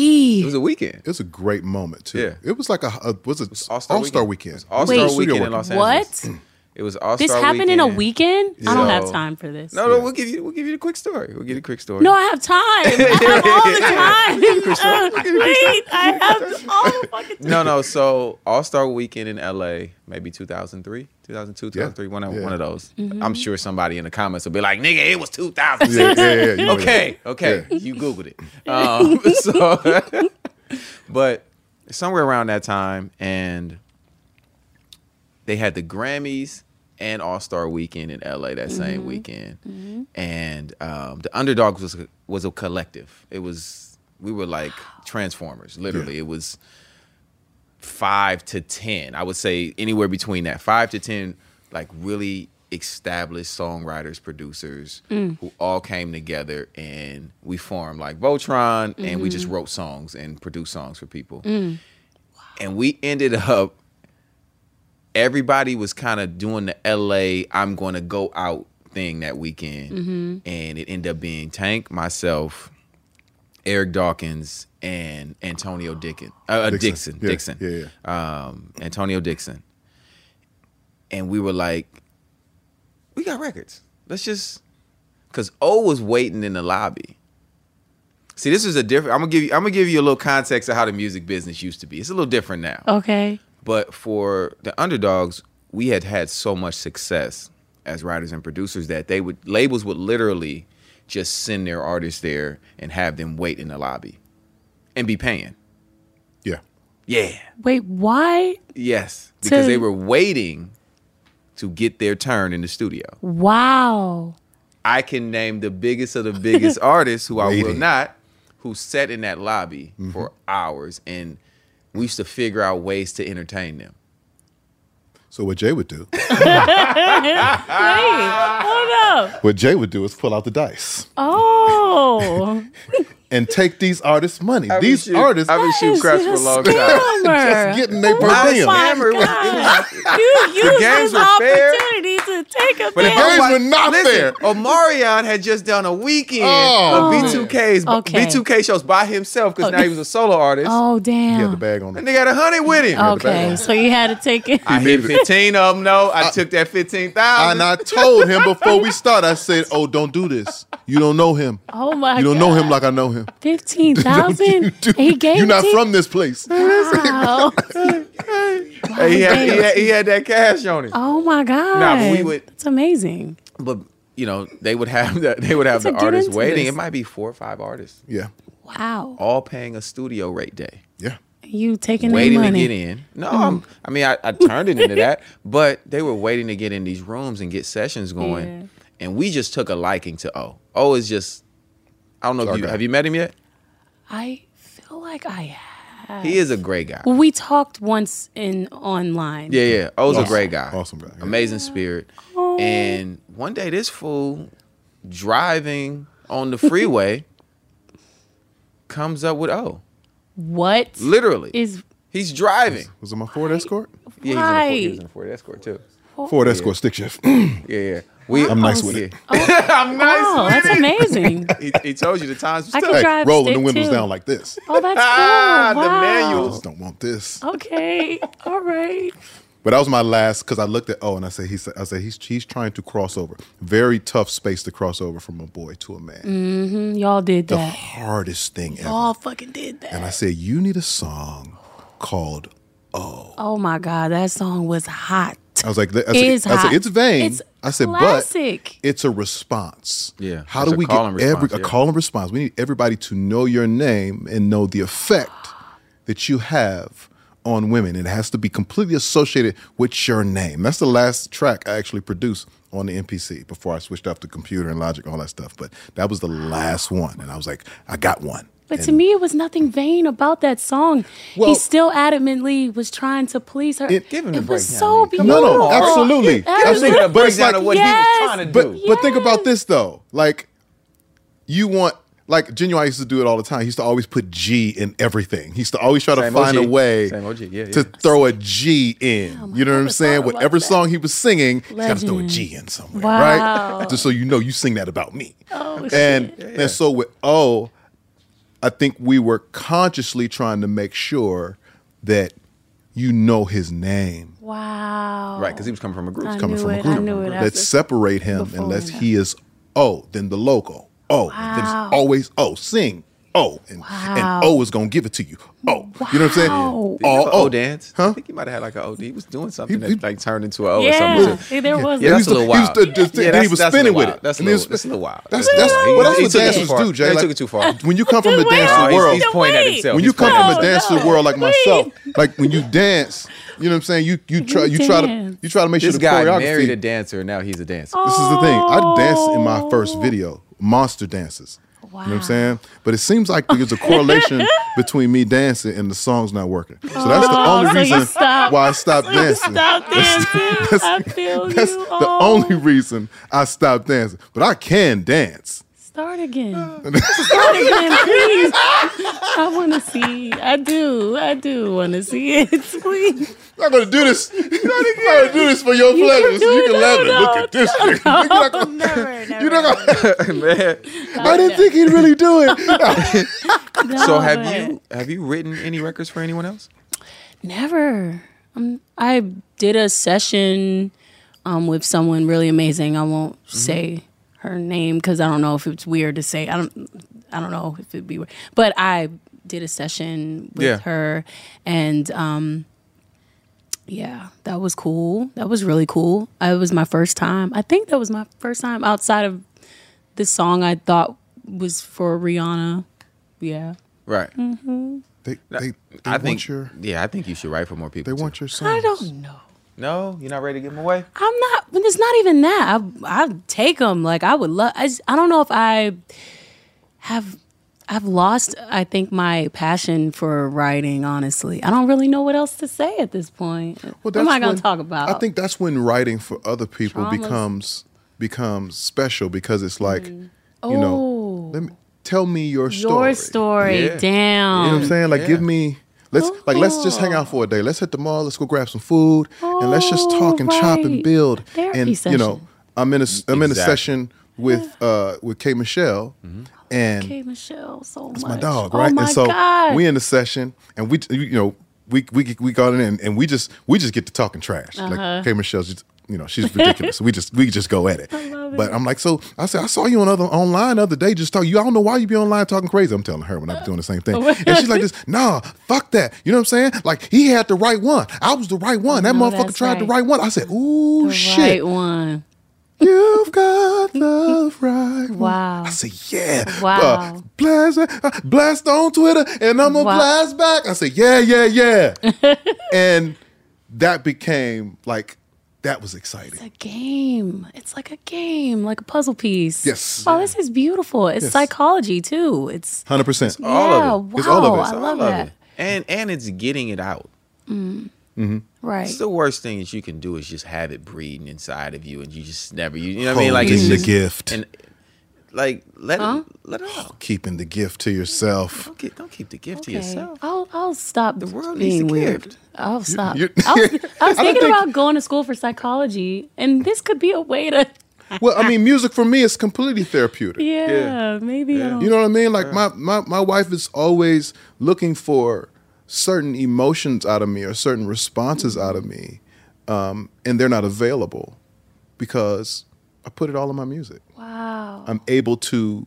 E: It was a weekend.
D: It was a great moment too.
E: Yeah.
D: It was like a, a was it All
E: All-Star
D: Star Weekend?
E: Weekend. It was All-Star
D: We were
E: Weekend
D: studio
E: in
D: working.
E: Los Angeles.
F: What?
E: It was all.
F: This happened in a weekend? I don't have
E: So-
F: time for this.
E: No, no, we'll give you. We'll give you the quick story. We'll give you the quick story.
F: No, I have time. I have all the time. Wait, I have all the fucking time.
E: no, no. So All Star Weekend in LA, maybe 2003, 2002, 2003, one of
D: Yeah.
E: one of those.
F: Mhm.
E: I'm sure somebody in the comments will be like, "Nigga, it was 2000."
D: Yeah, yeah, yeah, you know
E: okay, okay, you googled it. Um, so, but somewhere around that time, and they had the Grammys and All Star Weekend in LA that same weekend, and um, the Underdogs was was a collective. It was we were like Transformers, literally. It was five to ten. I would say anywhere between that five to ten, like really established songwriters, producers
F: Mm.
E: who all came together and we formed like Voltron, and we just
F: Mhm.
E: wrote songs and produced songs for people
F: Mm.
E: and we ended up everybody was kind of doing the LA I'm going to go out thing that weekend
F: Mhm.
E: and it ended up being Tank myself Eric Dawkins and Antonio Dickin, uh, Dixon Dixon,
D: Yeah, Yeah, yeah.
E: Um, Antonio Dixon and we were like we got records let's just cuz O was waiting in the lobby See, this is a different. I'm gonna give you. I'm gonna give you a little context of how the music business used to be. It's a little different now.
F: Okay.
E: But for the underdogs, we had had so much success as writers and producers that they would labels would literally just send their artists there and have them wait in the lobby and be paying.
D: Yeah.
E: Yeah.
F: Wait, why?
E: Yes. Because
F: So-
E: they were waiting to get their turn in the studio.
F: Wow.
E: I can name the biggest of the biggest artists who I will
D: Waiting. Mm-hmm.
E: not, who sat in that lobby for hours, and we used to figure out ways to entertain them.
D: So what Jay would do,
F: Wait. Oh no.
D: what Jay would do is pull out the dice
F: Oh.
D: and take these artists' money.
E: I've been
D: these
E: shoot-
D: artists
E: I've been shooting cracks for a long time.
F: Scammer.
D: just getting their per
E: I was
D: diem.
F: my
E: hammered when- it was-
F: You used this
E: games were fair.
F: opportunity to take a
E: But if
F: bit.
D: games
E: nobody-
D: were not
E: listen,
D: fair.
E: Omarion had just done a weekend
D: Oh.
E: of B2K's
F: Okay.
E: B2K shows by himself because now he was a solo artist.
F: Oh
D: He had the
F: damn.
D: bag on.
E: And they got a hundred with him.
F: Okay, so you had to take it.
E: I hit
D: made it.
E: fifteen of them. No, I, took that fifteen thousand.
D: And I told him before we start, I said, "Oh, don't do this. You don't know him.
F: Oh my
D: You don't
F: God.
D: know him like I know him.
F: Fifteen thousand. He gave.
D: You're not
F: it to
D: from this place."
F: Wow.
E: He had, he, had, he had that cash on him.
F: Oh my god.
E: Nah, but we would-
F: That's amazing.
E: But you know, they would have the, they would have
F: So
E: the
F: get
E: artists
F: into
E: waiting.
F: this.
E: It might be four or five artists,
D: Yeah,
F: Wow.
E: all paying a studio rate day,
D: yeah.
F: You taking their
E: waiting to
F: money? Mm.
E: get in. No, I'm- i mean, I, I turned it into that, but they were waiting to get in these rooms and get sessions going.
F: Yeah.
E: And we just took a liking to O. O is just, I don't know if you
D: Okay.
E: have you met him yet.
F: I feel like I. Have.
E: He is a great guy.
F: Well, we talked once in online.
E: Yeah, yeah. O's
D: Awesome.
E: a great guy.
D: Awesome guy, yeah.
E: Amazing spirit.
F: Oh,
E: And one day this fool driving on the freeway comes up with O.
F: What is?
E: Literally. he's driving.
D: Was it my Ford Escort?
E: Yeah, he's in a Ford, he
F: Right.
E: was in a Ford Escort too.
D: Ford Escort stick shift.
E: Yeah, yeah. We,
D: I'm nice with it.
E: I'm nice
F: Oh,
E: with
F: that's
E: it.
F: amazing.
E: He, he told you the times was
F: I
E: tough.
F: could
D: hey,
F: drive
D: rolling the
F: stick,
D: windows
F: too.
D: down like this.
F: Oh, that's cool.
E: Ah, the
F: wow.
D: I
E: manual.
D: just don't want this.
F: Okay. All right.
D: But that was my last because I looked at oh, and I said he's I said he's he's trying to cross over. Very tough space to cross over from a boy to a man.
F: Mm, Y'all did
D: The
F: that.
D: hardest thing ever.
F: Y'all fucking did that.
D: And I said you need a song called.
F: Oh my god, that song was hot.
D: I was like, I said,
F: It's
D: I
F: hot.
D: said it's vain.
F: It's
D: I said,
F: classic.
D: but it's a response.
E: Yeah,
D: How
E: it's
D: do
E: a
D: we
E: call and
D: get every
E: response,
D: a
E: yeah.
D: call and response? We need everybody to know your name and know the effect that you have on women. It has to be completely associated with your name. That's the last track I actually produced on the MPC before I switched off the computer and Logic, all that stuff. But that was the last one, and I was like, I got one.
F: But to me, it was nothing vain about that song. he still adamantly was trying to please her. It,
E: Give him the
F: was
E: breakdown,
F: so
E: man.
F: beautiful.
D: No, no, absolutely.
F: Yes.
D: absolutely.
E: Give him a breakdown of what he was
F: Yes.
E: trying to
D: But
E: do.
D: but think about this though. Like you want like Genuine used to do it all the time. He used to always put G in everything. He used to always try to
E: Same
D: find
E: OG.
D: a way
E: Same OG, yeah,
D: to
E: yeah.
D: throw a G in.
F: Oh
D: you know what I'm saying? Whatever song he was singing, he's got to throw a
F: Legend.
D: G in somewhere,
F: Wow.
D: right? Just so you know, you sing that about me.
F: Oh,
D: and and so with O, I think we were consciously trying to make sure that you know his name
F: Wow.
E: Right, because he was coming from a group.
F: I
D: coming
F: knew
D: from
F: it.
D: a group.
F: I knew it.
D: Let's
F: after-
D: separate him
F: before
D: unless
F: we
D: he is O, then the logo. O, and then
F: Wow.
D: it's always O. Sing O, and,
F: Wow.
D: and O is gonna give it to you. O, you know what I'm saying?
F: Wow.
E: Did he have
D: All
E: an
D: O.
E: O dance.
D: Oh, Huh?
E: I think he might have had like an OD. He was doing something
D: he-
E: that like turned into an O or
F: Yeah,
E: something.
F: yeah, there was.
E: Yeah,
D: He
E: that's
D: used
E: a
D: to-
E: little
D: he
E: wild.
D: used to just-
E: yeah,
D: and then he
E: that's-
D: was
E: that's a
D: spinning
E: little
D: with
E: wild.
D: it.
E: That's a
D: And he was
E: little, that's a little wild.
D: That's that's
E: He-
D: well, that's
E: he
D: what
E: took it
D: dancers
E: too far.
D: do, Jay.
E: Yeah, he
D: Like,
E: took it too far.
D: When you come from a
F: Wait,
D: dancing
F: wait,
D: world,
E: he's
F: wait.
E: pointing at himself.
D: when
E: He's
D: you come
E: pointing at
D: from
F: No,
D: a
E: himself.
D: dancing
F: no,
D: world like
F: wait.
D: myself, like when you dance, you know what I'm saying? You you try you try to
F: dance.
D: you try to make sure
E: This
D: the
E: guy
D: choreography
E: married a dancer, and now he's a dancer.
D: this is the thing. I danced in my first video, monster dances. You know what I'm
F: Wow.
D: saying? But it seems like there's a correlation between me dancing and the song's not working. So that's the
F: Oh,
D: only
F: so you
D: reason
F: stopped-
D: why I stopped
F: so you
D: dancing.
F: stopped dancing. I feel
D: that's
F: you.
D: the
F: Oh.
D: only reason I stopped dancing. But I can dance.
F: Start again. Start again, please. I want to see. I do. I do want to see it, please.
D: I'm not gonna do this. I'm not gonna do this for your
F: You
D: pleasure.
F: can
D: so
F: do
D: you
F: it.
D: can laugh
F: No,
D: and
F: no,
D: look at this. nigga. You're not gonna-
F: Never,
D: you're not gonna-
F: Oh,
E: Man.
D: I didn't think he'd really do it.
E: So have you have you written any records for anyone else?
F: Never. Um, I did a session um, with someone really amazing. I won't say her name because I don't know if it's weird to say. I don't. I don't know if it'd be weird, but I did a session with
E: Yeah.
F: her, and um, yeah, that was cool. That was really cool. It was my first time. I think that was my first time outside of the song I thought was for Rihanna. Yeah.
E: Right.
D: they they, they
E: I
D: want
E: think
D: your
E: yeah, I think you should write for more people.
D: they
E: too.
D: want your song.
F: I don't know.
E: No, you're not ready to give them away.
F: I'm not. When it's not even that, I I take them. Like I would love. I, just- I don't know if I have. I've lost. I think my passion for writing. Honestly, I don't really know what else to say at this point. what am I going
D: when-
F: to talk about?
D: I think that's when writing for other people
F: Traumas.
D: becomes becomes special because it's like, you know, let me tell me your story.
F: Mm. your Oh, story.
E: Yeah.
F: Damn.
D: You know what I'm saying? Like, give me. Let's like let's just hang
F: Oh.
D: out for a day. Let's hit the mall. Let's go grab some food, and let's just
F: Oh,
D: talk and chop and
F: right.
D: build.
F: Therapy
D: and you know,
F: session.
D: I'm in a am in a
E: Exactly.
D: session with uh with K Michelle, and
F: Okay, Michelle. So
D: it's
F: much.
D: my dog, right?
F: Oh my
D: and so
F: god.
D: we in the session, and we you know we we we got in, and, and we just we just get to talking trash.
F: Uh-huh.
D: Like K Michelle's, just, you know, she's ridiculous. we just we just go at it. But I'm like, so I said, I saw you on other online the other day, just talking. You, I don't know why you be online talking crazy. I'm telling her when I'm doing the same thing, and she's like, this, nah, fuck that. You know what I'm saying? Like he had the right one. I was the right one. That
F: no,
D: motherfucker
F: that's
D: tried the
F: right.
D: right one. I said, ooh
F: The
D: shit,
F: Right one.
D: you've got the right one.
F: Wow.
D: I said, yeah.
F: Wow.
D: Uh, blast, uh, blast on Twitter and I'm going to
F: Wow.
D: blast back. I said, yeah, yeah, yeah. and that became like, that was exciting.
F: a game. It's like a game, like a puzzle piece.
D: Yes.
F: Oh, this is beautiful. It's
D: Yes.
F: psychology too. It's
D: 100%.
E: All of
F: yeah,
E: it.
F: Wow,
D: It's all of it. It's
F: I
E: I
F: love that.
E: it. And and it's getting it out.
F: mm.
D: Mm-hmm.
F: Right.
E: It's the worst thing that you can do is just have it breeding inside of you, and you just never, you, you know what I mean? Like
D: Holding
E: it's
D: the
E: just-
D: gift.
E: and like let it, let it out.
D: Keeping the gift to yourself.
E: Don't, get, don't keep the gift
F: okay.
E: to yourself.
F: I'll I'll stop the
E: world needs
F: being
E: a
F: weird.
E: gift.
F: I'll stop.
D: you-
F: I was, I
D: I
F: was
D: don't
F: thinking
D: think-
F: about going to school for psychology, and this could be a way to.
D: Well, I mean, music for me is completely therapeutic.
F: Yeah, maybe. I don't,
D: You know what I mean? Like my, my my wife is always looking for certain emotions out of me or certain responses out of me, um, and they're not available because I put it all in my music.
F: wow.
D: I'm able to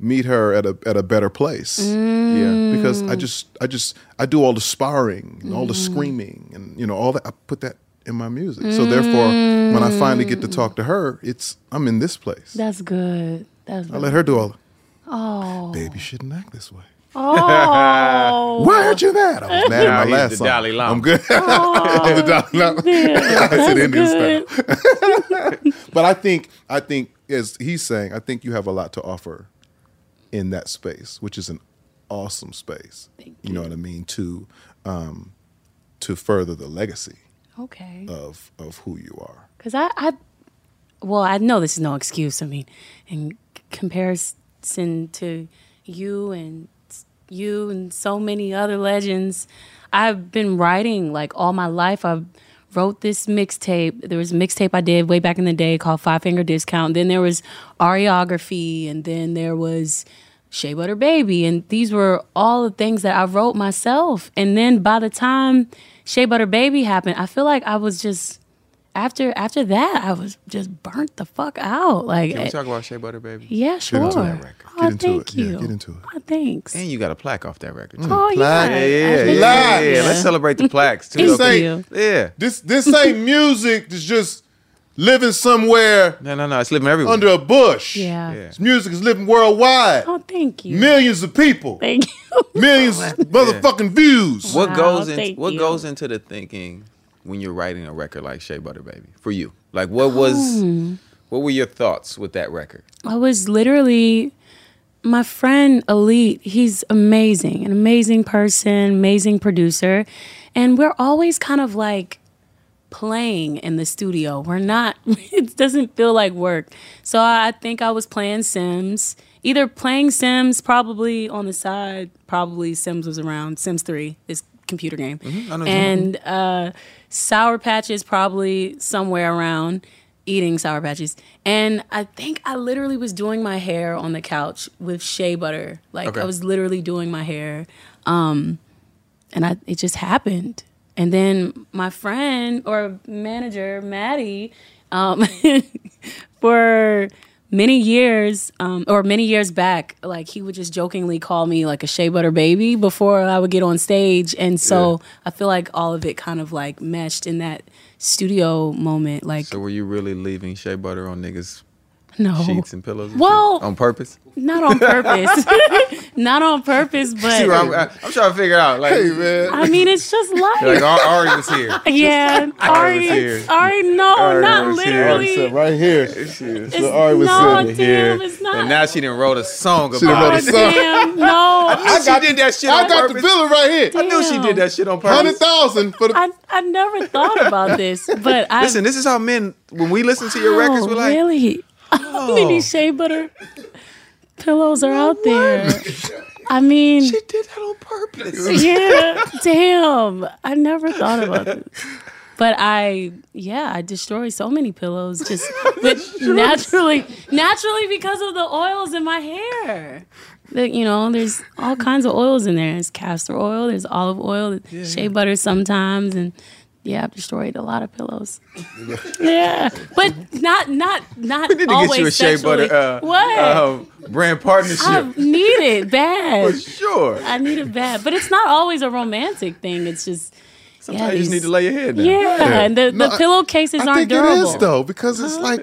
D: meet her at a at a better place
E: Yeah.
D: because I just I just I do all the sparring and all the screaming and you know all that I put that in my music. So therefore, when I finally get to talk to her, it's I'm in this place.
F: That's good. Oh. That's
D: I
F: really,
D: let her do all. the- Babe, you shouldn't act this way.
F: oh.
D: Why aren't you mad? I was mad
E: Nah,
D: at
E: he's
D: my last
E: the
D: song.
E: Dalai Lama.
D: I'm good. I'm the Dalai Lama. I said Indian
F: good.
D: style. but I think I think as he's saying, I think you have a lot to offer in that space, which is an awesome space. you know what I mean to um, to further the legacy
F: Okay.
D: of of who you are.
F: Because I, I, well, I know this is no excuse. I mean, in comparison to you and you and so many other legends, I've been writing like all my life. I wrote this mixtape. There was a mixtape I did way back in the day called Five Finger Discount. Then there was Areography, and then there was Shea Butter Baby. And these were all the things that I wrote myself. And then by the time Shea Butter Baby happened, I feel like I was just after after that I was just burnt the fuck out. Like eh,
E: Can we talk about Shea Butter Baby?
F: Yeah,
E: Get
F: sure.
E: into that record.
F: Oh, thank you.
D: into it.
F: Oh, thanks.
E: And you got a plaque off that record.
F: Mm. Oh, yeah.
E: Yeah, yeah,
F: Plaque.
E: yeah, yeah.
F: Yeah.
E: Let's celebrate the plaques too.
D: This
E: okay?
D: ain't-
E: Yeah.
D: This this ain't music. It's just living somewhere
E: No, no, no. It's living everywhere.
D: under a bush.
F: Yeah.
E: Yeah.
D: This music is living worldwide.
F: Oh, thank you.
D: Millions of people.
F: Thank you.
D: Millions of motherfucking views.
E: What
F: Wow,
E: goes into
F: thank
E: what
F: you.
E: goes into the thinking when you're writing a record like Shea Butter Baby for you? Like what was
F: Hmm.
E: what were your thoughts with that record?
F: I was literally my friend Elite, he's amazing, an amazing person, amazing producer. And we're always kind of like playing in the studio. We're not, it doesn't feel like work. So I I think I was playing Sims, either playing Sims probably on the side, probably Sims was around, Sims 3, this computer game.
E: Mm-hmm, I know what you're
F: and uh, Sour Patches probably somewhere around eating Sour Patches. And I think I literally was doing my hair on the couch with shea butter. Like
E: Okay.
F: I was literally doing my hair. Um, and I, it just happened. And then my friend or manager, Maddie, um, for many years, um, or many years back, like he would just jokingly call me like a shea butter baby before I would get on stage. And so I feel like all of it kind of like meshed in that studio moment. Like,
E: So were you really leaving Shea Butter on niggas
F: no.
E: sheets and pillows? and shit?
F: Well-
E: on purpose.
F: Not on purpose. Not on purpose,
E: See,
F: but
E: I'm, I'm trying to figure out. Like,
D: Hey man.
F: I mean, it's just life.
E: uh, like Ari- Ari was here.
F: yeah,
E: Ari was
F: Ari,
E: here.
F: Ari, no,
E: Ari
F: not
E: was here.
F: literally.
D: Sit right here.
E: Shit.
F: It's,
D: Ari was
F: no,
D: sitting
F: damn,
E: Here.
F: it's not.
E: And now she didn't wrote a song
D: done
E: about
D: wrote a
E: it.
D: song.
F: damn, no.
E: I got, she did that shit on
D: I got the
E: purpose.
D: villain right here.
E: I knew she did that shit on
D: Hundred
E: purpose.
D: thousand for the
F: I, I never thought about this, but I
E: Listen, this is how men when we listen to your
F: wow,
E: records, we're like,
F: really how many shea butter pillows are out there? I mean,
E: she did that on purpose.
F: yeah, damn, I never thought about this. But I, yeah, I destroy so many pillows just but naturally, naturally because of the oils in my hair. The, you know, there's all kinds of oils in there. There's castor oil, there's olive oil, there's shea butter sometimes, and yeah, I've destroyed a lot of pillows. yeah, but not not not
E: We need to
F: always
E: get you a shea
F: sexually.
E: butter uh,
F: what? Um,
E: um, brand partnership
F: I need it bad.
E: for sure.
F: I need it bad, but it's not always a romantic thing. It's just
E: Sometimes
F: yeah,
E: you just
F: these-
E: need to lay your head down.
F: yeah, and the,
D: No,
F: the
D: I-
F: pillowcases
D: I
F: aren't
D: think
F: durable.
D: it is though because it's like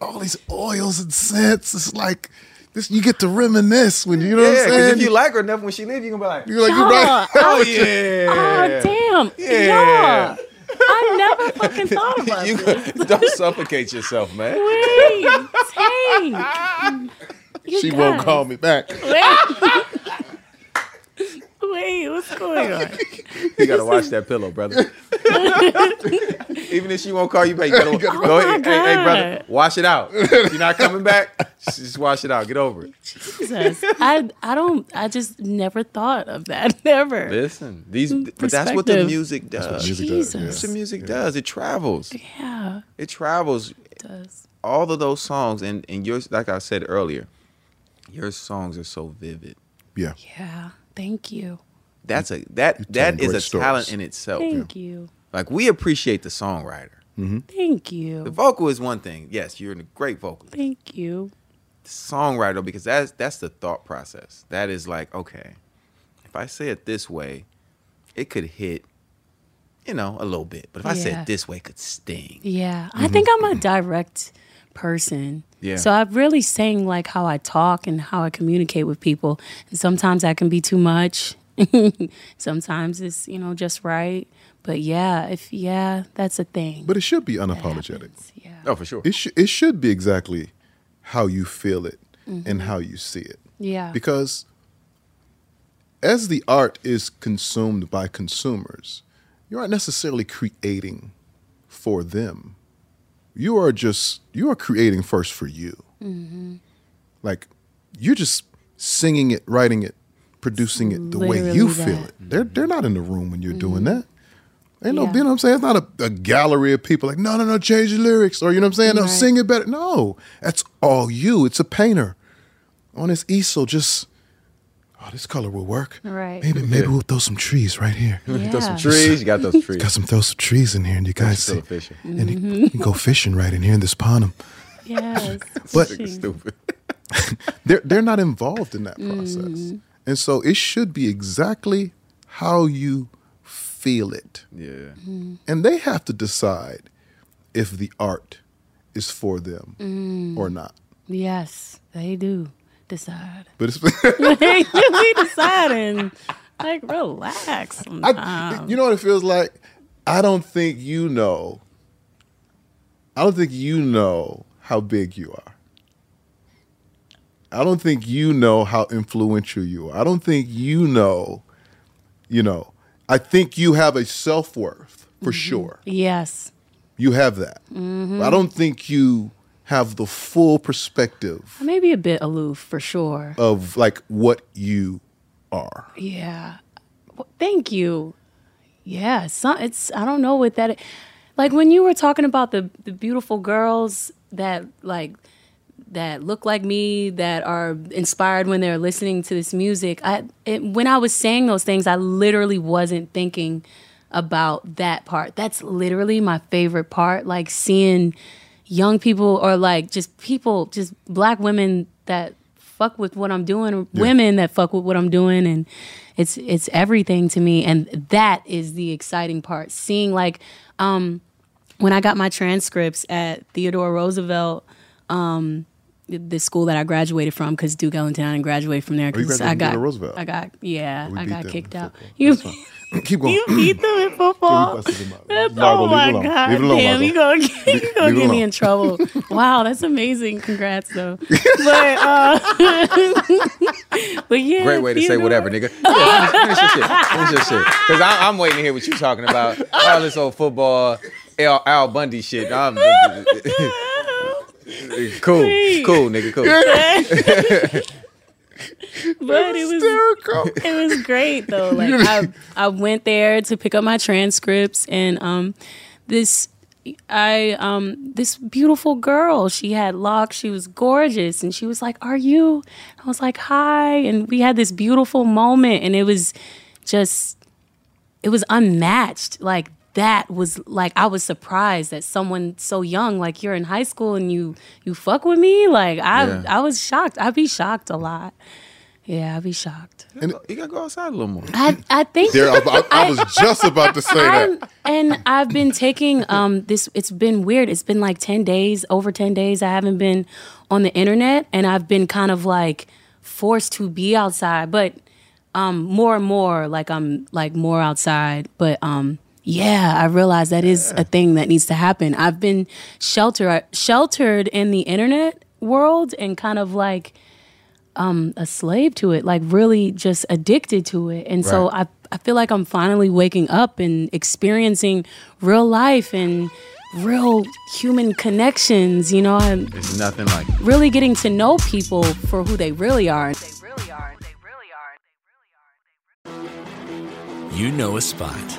D: all these oils and scents. It's like this. You get to reminisce when you know what
E: Yeah,
D: I'm
E: because
D: saying.
E: if you like her enough, when she leaves, you can be like,
D: are like you're right.
E: oh
F: Oh
E: yeah,
F: damn!
E: Yeah.
F: Yeah. I never fucking thought about
E: you
F: this.
E: don't suffocate yourself, man.
F: Wait, tank. You
D: She won't
F: guys.
D: call me back.
F: Wait. Wait, what's going on?
E: You gotta watch that pillow, brother. Even if she won't call you back, you gotta, go ahead.
F: Oh my
E: Hey, hey, brother,
F: God.
E: wash it out. You're not coming back. Just wash it out. Get over it.
F: Jesus. I I don't I just never thought of that. Never.
E: Listen, these, but that's what the
F: Mm, Perspective.
E: music does.
D: music does,
F: Jesus.
E: That's what music does. It travels.
F: Yeah.
E: It travels.
F: It does.
E: All of those songs and and yours, like I said earlier, your songs are so vivid.
D: Yeah.
F: Yeah. Thank you.
E: That's a that
D: telling
E: that is
D: great
E: a talent
D: stories.
E: in itself.
F: Thank you.
E: Like we appreciate the songwriter.
F: Thank
E: Hmm? The
F: you.
E: vocal is one thing. Yes, you're a great vocalist.
F: Thank you.
E: songwriter because that's that's the thought process. That is like, okay, if I say it this way, it could hit, you know, a little bit. But if I say
F: Yeah.
E: it this way, it could sting. Mm-hmm.
F: Yeah. I think I'm a direct person.
E: Yeah.
F: So I'm really saying like how I talk and how I communicate with people. And sometimes that can be too much. sometimes it's, you know, just right. But yeah, if yeah, that's a thing.
D: But it should be unapologetic.
F: yeah.
E: Oh, for sure.
D: It should it should be exactly how you feel it and how you see it.
F: Mm-hmm. Yeah.
D: Because as the art is consumed by consumers, you aren't necessarily creating for them. You are just you are creating first for you.
F: Mm-hmm.
D: Like you're just singing it, writing it, producing it the way
F: Literally
D: you
F: that. Mm-hmm.
D: feel it. They're they're not in the room when you're doing that. Ain't no,
F: Yeah.
D: you know what I'm saying? It's not a, a gallery of people like, no, no, no, change your lyrics, or you know what I'm saying? No,
F: Right.
D: sing it better. No, that's all you. It's a painter on his easel. Just, oh, this color will work.
F: Right.
D: Maybe, maybe we'll throw some trees right here.
F: Yeah. Throw some
E: trees. You got those trees.
D: Got some throw some trees in here, and you guys
E: Throw
D: see,
E: some fishing.
D: and you,
F: Mm-hmm.
D: you can go fishing right in here in this pond.
F: Yes.
D: But-
E: Stupid.
D: They're they're not involved in that process,
F: Mm-hmm.
D: and so it should be exactly how you feel it.
E: Yeah.
D: and they have to decide if the art is for them
F: Mm-hmm.
D: or not.
F: Yes, they do decide.
D: But it's,
F: they do be deciding. Like, relax.
D: I, you know what it feels like. I don't think you know. I don't think you know how big you are. I don't think you know how influential you are. I don't think you know. You know, I think you have a self worth for sure.
F: Mm-hmm. Yes. Mm-hmm.
D: You have that. But I don't think you have the full perspective
F: I may be a bit aloof for sure.
D: of like what you are.
F: Yeah. Well, thank you. Yeah. So, it's I don't know what that. Like when you were talking about the the beautiful girls that like that look like me that are inspired when they're listening to this music. I it, when I was saying those things, I literally wasn't thinking about that part. That's literally my favorite part. Like seeing young people or like just people, just black women that fuck with what I'm doing, or women that fuck with what I'm doing, and it's it's everything to me. And that is the exciting part. Seeing like um, when I got my transcripts at Theodore Roosevelt. Um, the school that I graduated from, because Duke Ellington, I didn't graduate from there
D: Oh, you
F: because I
D: graduated from
F: got
D: Theodore Roosevelt. Oh,
F: I got yeah,
D: We
F: I
D: beat
F: got
D: them in
F: kicked out.
D: football.
F: You
D: Keep going.
F: you beat them in
D: Yeah, we
F: football.
D: busted them out.
F: That's- oh
D: Margo, leave it
F: my
D: alone.
F: god!
D: Leave it alone,
F: Damn,
D: Margo.
F: you gonna get, you gonna
D: leave it
F: get me
D: alone.
F: in trouble. wow, that's amazing. Congrats though. But uh, but yeah,
E: Great way to say
F: Theodore-
E: whatever, nigga. Yeah, finish your shit. Finish your shit. Because I'm waiting to hear what you talking about. All this old football, Al, Al Bundy shit. I'm, cool. Cool, nigga. Cool.
F: But it was it was great though. Like I, I went there to pick up my transcripts and um this I um this beautiful girl, she had locks, she was gorgeous and she was like, "Are you?" I was like, "Hi." And we had this beautiful moment and it was just it was unmatched. Like that was like I was surprised that someone so young, like you're in high school and you you fuck with me. Like I
E: Yeah.
F: I was shocked. I'd be shocked a lot. Yeah, I'd be shocked.
E: You gotta go outside a little more.
F: I I think
D: There, I, I- I was just about to say
F: I'm,
D: that.
F: and I've been taking um this it's been weird. It's been like 10 days, over 10 days I haven't been on the internet and I've been kind of like forced to be outside, but um more and more like I'm like more outside, but um yeah, I realize that is a thing that needs to happen. I've been shelter sheltered in the internet world and kind of like um a slave to it, like really just addicted to it. And so I I feel like I'm finally waking up and experiencing real life and real human connections, you know, and
E: There's nothing like it.
F: really getting to know people for who they really are.
I: You know a spot,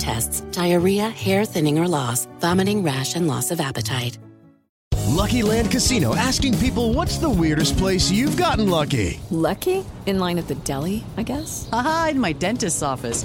A: tests, diarrhea, hair thinning or loss, vomiting, rash, and loss of appetite.
K: Lucky Land Casino asking people what's the weirdest place you've gotten lucky?
L: Lucky? In line at the deli, I guess? Aha, in my dentist's office.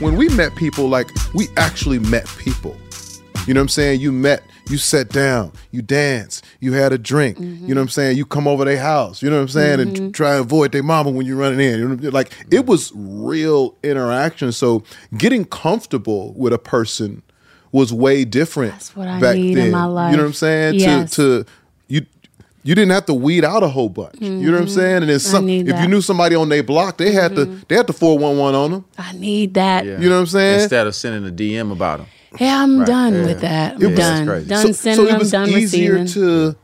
D: when we met people, like we actually met people. You know what I'm saying? You met, you sat down, you danced, you had a drink.
F: Mm-hmm.
D: You know what I'm saying? You come over their house. You know what I'm saying? And try and avoid their mama when you're running in. You know, what I'm- like it was real interaction. So getting comfortable with a person was way different That's
F: what I
D: back
F: need in
D: then.
F: my life.
D: You know what I'm saying?
F: Yes.
D: To to you you didn't have to weed out a whole bunch. You know what I'm
F: Mhm.
D: saying? And then
F: I
D: some,
F: need
D: if you
F: that. Mm-hmm.
D: knew somebody on their block, they had to they had the 411 on them.
F: I need that.
E: Yeah.
D: You know what I'm saying?
E: Instead of sending a DM about them.
F: Yeah, I'm
E: Right,
F: done
E: yeah.
F: with that. I'm
E: It was-
F: done.
E: That's crazy.
F: Done
E: So-
F: sending
D: so it
F: them,
D: was
F: done
D: easier
F: receiving. Mm-hmm.
D: to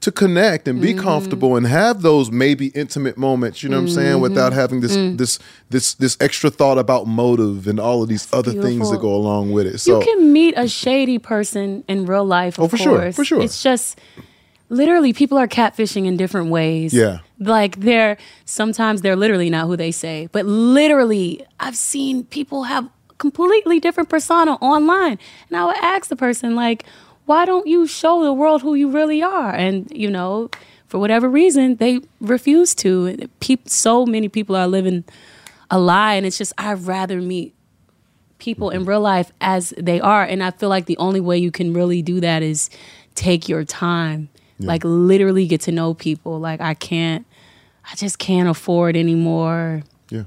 D: to connect and be comfortable and have those maybe intimate moments you know what i'm saying
F: Mhm.
D: without having this
F: Mm.
D: this this this extra thought about motive and all of these other things that
F: beautiful.
D: go along with it so
F: you can meet a shady person in real life. Of
D: Oh, for sure,
F: course.
D: for sure.
F: It's just literally people are catfishing in different ways.
D: Yeah.
F: Like they're sometimes they're literally not who they say, but literally I've seen people have completely different persona online, and I would ask the person like, "Why don't you show the world who you really are?" And you know, for whatever reason, they refuse to. Peop- so many people are living a lie, and it's just I'd rather meet people
E: Mm-hmm.
F: in real life as they are. And I feel like the only way you can really do that is take your time, like literally get to know people. Like I can't, I just can't afford any more
D: Yeah.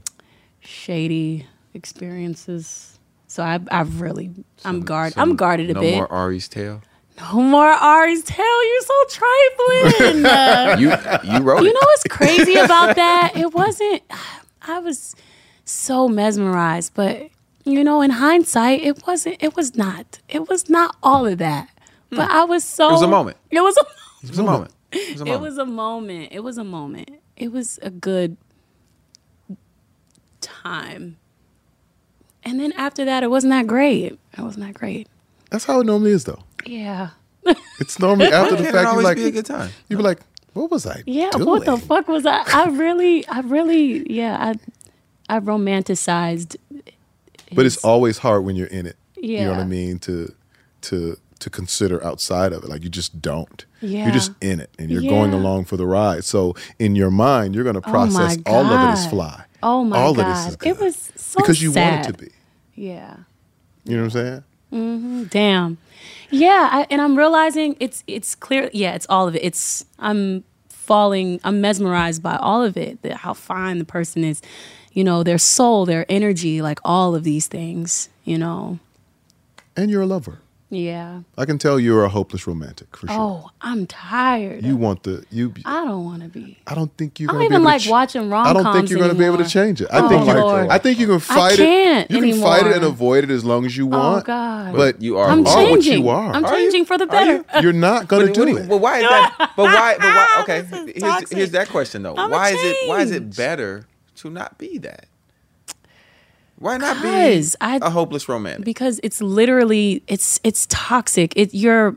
F: shady experiences. So I, I really, I'm guard,
E: So
F: I'm guarded a
E: no
F: bit.
E: more Ari's tale.
F: No more Ari's tell You're so trifling.
E: you you wrote
F: uh, you
E: it.
F: know what's crazy about that? It wasn't. I was so mesmerized, but you know, in hindsight, it wasn't. It was not. It was not all of that. But I was so.
E: Hmm. It was a moment.
F: It was a.
E: It was a moment.
F: It
E: a
F: was,
E: moment.
F: a moment. It was a moment. It was a good time. And then after that, it wasn't that great. It wasn't that great.
D: that's how it normally is though
F: Yeah.
D: it's normally after
F: Why
D: the
F: can't it
D: fact you're
F: always
D: like
F: be a
E: good time
D: you'd be like what was i
F: Yeah,
D: doing?
F: what the fuck was I? I really, I really, yeah, I, I romanticized.
D: but it's always hard when you're in it you know what
F: Yeah.
D: i mean to to to consider outside of it like you just don't
F: Yeah.
D: you're just in it and you're going
F: Yeah.
D: along for the ride so in your mind you're going to
F: Oh my
D: process all of it as
F: God.
D: fly
F: Oh my
D: all
F: god,
D: of this is
F: it was so
D: because you
F: sad.
D: want it to be
F: Yeah.
D: you know what i'm saying
F: hmm Damn. Yeah, I, and I'm realizing it's it's clear. Yeah, it's all of it. It's I'm falling. I'm mesmerized by all of it. The, how fine the person is. you know, their soul, their energy, like all of these things, you know.
D: And you're a lover.
F: Yeah.
D: I can tell you're a hopeless romantic for sure.
F: Oh, I'm tired.
D: You want the you.
F: I don't want to be.
D: I don't think you're.
F: I don't
D: gonna
F: even
D: be able
F: like
D: to ch-
F: watching rom
D: I
F: coms.
D: don't think you're going to be able to change it. I
F: Oh,
D: think you,
F: Lord.
D: I think you can fight
F: can't
D: it. You can fight it
F: anymore. Oh,
D: and avoid it as long as you want.
F: God.
D: But you are,
F: I'm changing.
D: what you are.
F: I'm changing for the better.
D: You're not going to do it.
E: Well, why is that? But why? But why? Okay, here's, here's that question though.
F: I'ma
E: why is it? Why is it
F: change.
E: better to not be that? Why not be
F: Because I-
E: a hopeless romantic?
F: because it's literally it's it's toxic. It you're